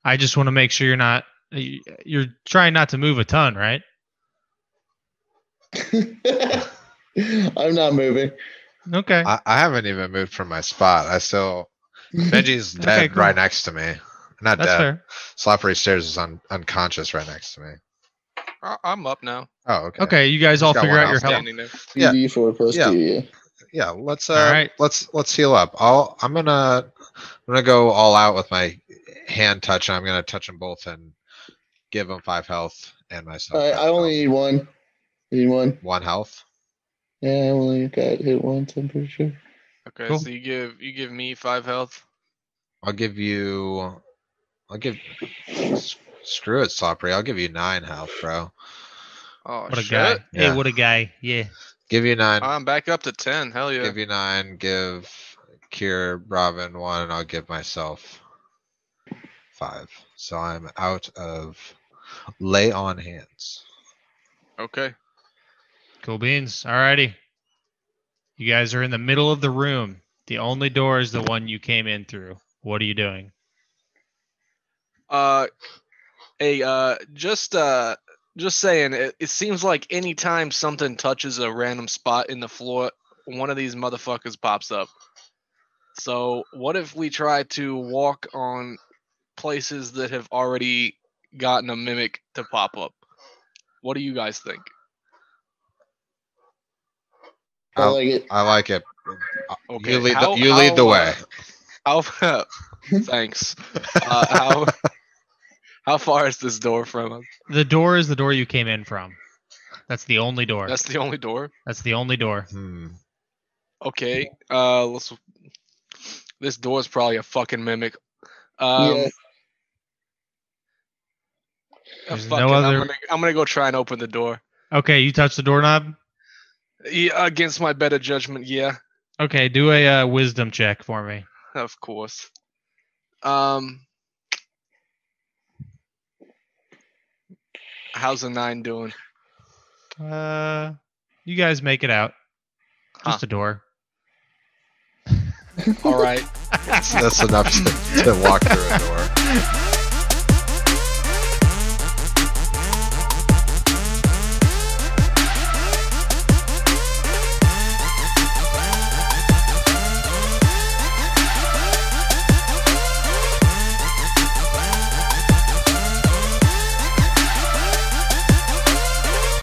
Speaker 2: I just want to make sure you're not. you- You're trying not to move a ton, right?
Speaker 4: I'm not moving.
Speaker 2: Okay.
Speaker 5: I, I haven't even moved from my spot. I still Benji's
Speaker 2: Okay,
Speaker 5: dead
Speaker 2: cool.
Speaker 5: right next to me. Not
Speaker 2: That's
Speaker 5: dead.
Speaker 2: fair.
Speaker 5: Sloppery Stairs is un- unconscious right next to me.
Speaker 3: I- I'm up now.
Speaker 5: Oh, okay.
Speaker 2: Okay, you guys all
Speaker 5: got
Speaker 2: figure
Speaker 5: one
Speaker 2: out your
Speaker 5: else down.
Speaker 2: health.
Speaker 3: Standing there.
Speaker 5: Yeah.
Speaker 4: *laughs* D four plus
Speaker 5: Yeah.
Speaker 4: two. Yeah.
Speaker 5: Yeah, let's uh,
Speaker 2: All right.
Speaker 5: let's let's heal up. I'll I'm gonna I'm gonna go all out with my hand touch. And I'm gonna touch them both and give them five health and myself.
Speaker 4: All right,
Speaker 5: five
Speaker 4: I only
Speaker 5: health.
Speaker 4: need one. Need one.
Speaker 5: one health.
Speaker 4: Yeah, I only got hit once. I'm pretty sure.
Speaker 3: Okay,
Speaker 2: Cool.
Speaker 3: so you give you give me five health.
Speaker 5: I'll give you. I'll give. s- Screw it, Sloppery. I'll give you nine health, bro.
Speaker 3: Oh
Speaker 2: What a
Speaker 3: shit!
Speaker 2: guy.
Speaker 5: Yeah.
Speaker 2: Hey, what a guy. Yeah.
Speaker 3: *laughs*
Speaker 5: Give you nine.
Speaker 3: I'm back up to ten. Hell Ah, yeah.
Speaker 5: give you nine. Give cure Robin one, and I'll give myself five. So I'm out of lay on hands.
Speaker 3: Okay.
Speaker 2: Cool beans. Alrighty. You guys are in the middle of the room. The only door is the one you came in through. What are you doing?
Speaker 3: Uh, hey, uh, just uh, just saying, it, it seems like anytime something touches a random spot in the floor, one of these motherfuckers pops up. So what if we try to walk on places that have already gotten a mimic to pop up? What do you guys think?
Speaker 5: Oh.
Speaker 4: I like it.
Speaker 5: I like it.
Speaker 3: Okay,
Speaker 5: you lead
Speaker 3: how-
Speaker 5: the, you lead the
Speaker 3: how, uh,
Speaker 5: way.
Speaker 3: How? *laughs* fa- thanks. Uh,
Speaker 5: *laughs*
Speaker 3: how? How far is this door from us?
Speaker 2: The door is the door you came in from. That's the only door.
Speaker 3: That's the only door.
Speaker 2: That's the only door.
Speaker 5: Hmm.
Speaker 3: Okay. Uh, let's. This door's probably a fucking mimic. Um,
Speaker 4: Yeah.
Speaker 3: uh,
Speaker 2: There's no
Speaker 3: fuck it,
Speaker 2: other-
Speaker 3: I'm, gonna, I'm gonna go try and open the door.
Speaker 2: Okay, you touch the doorknob.
Speaker 3: Yeah, against my better judgment, yeah,
Speaker 2: Okay, do a uh, wisdom check for me.
Speaker 3: of course. Um, how's the nine doing?
Speaker 2: Uh, you guys make it out. Just
Speaker 3: Huh.
Speaker 2: a door.
Speaker 3: All right.
Speaker 5: That's enough to, to walk through a door.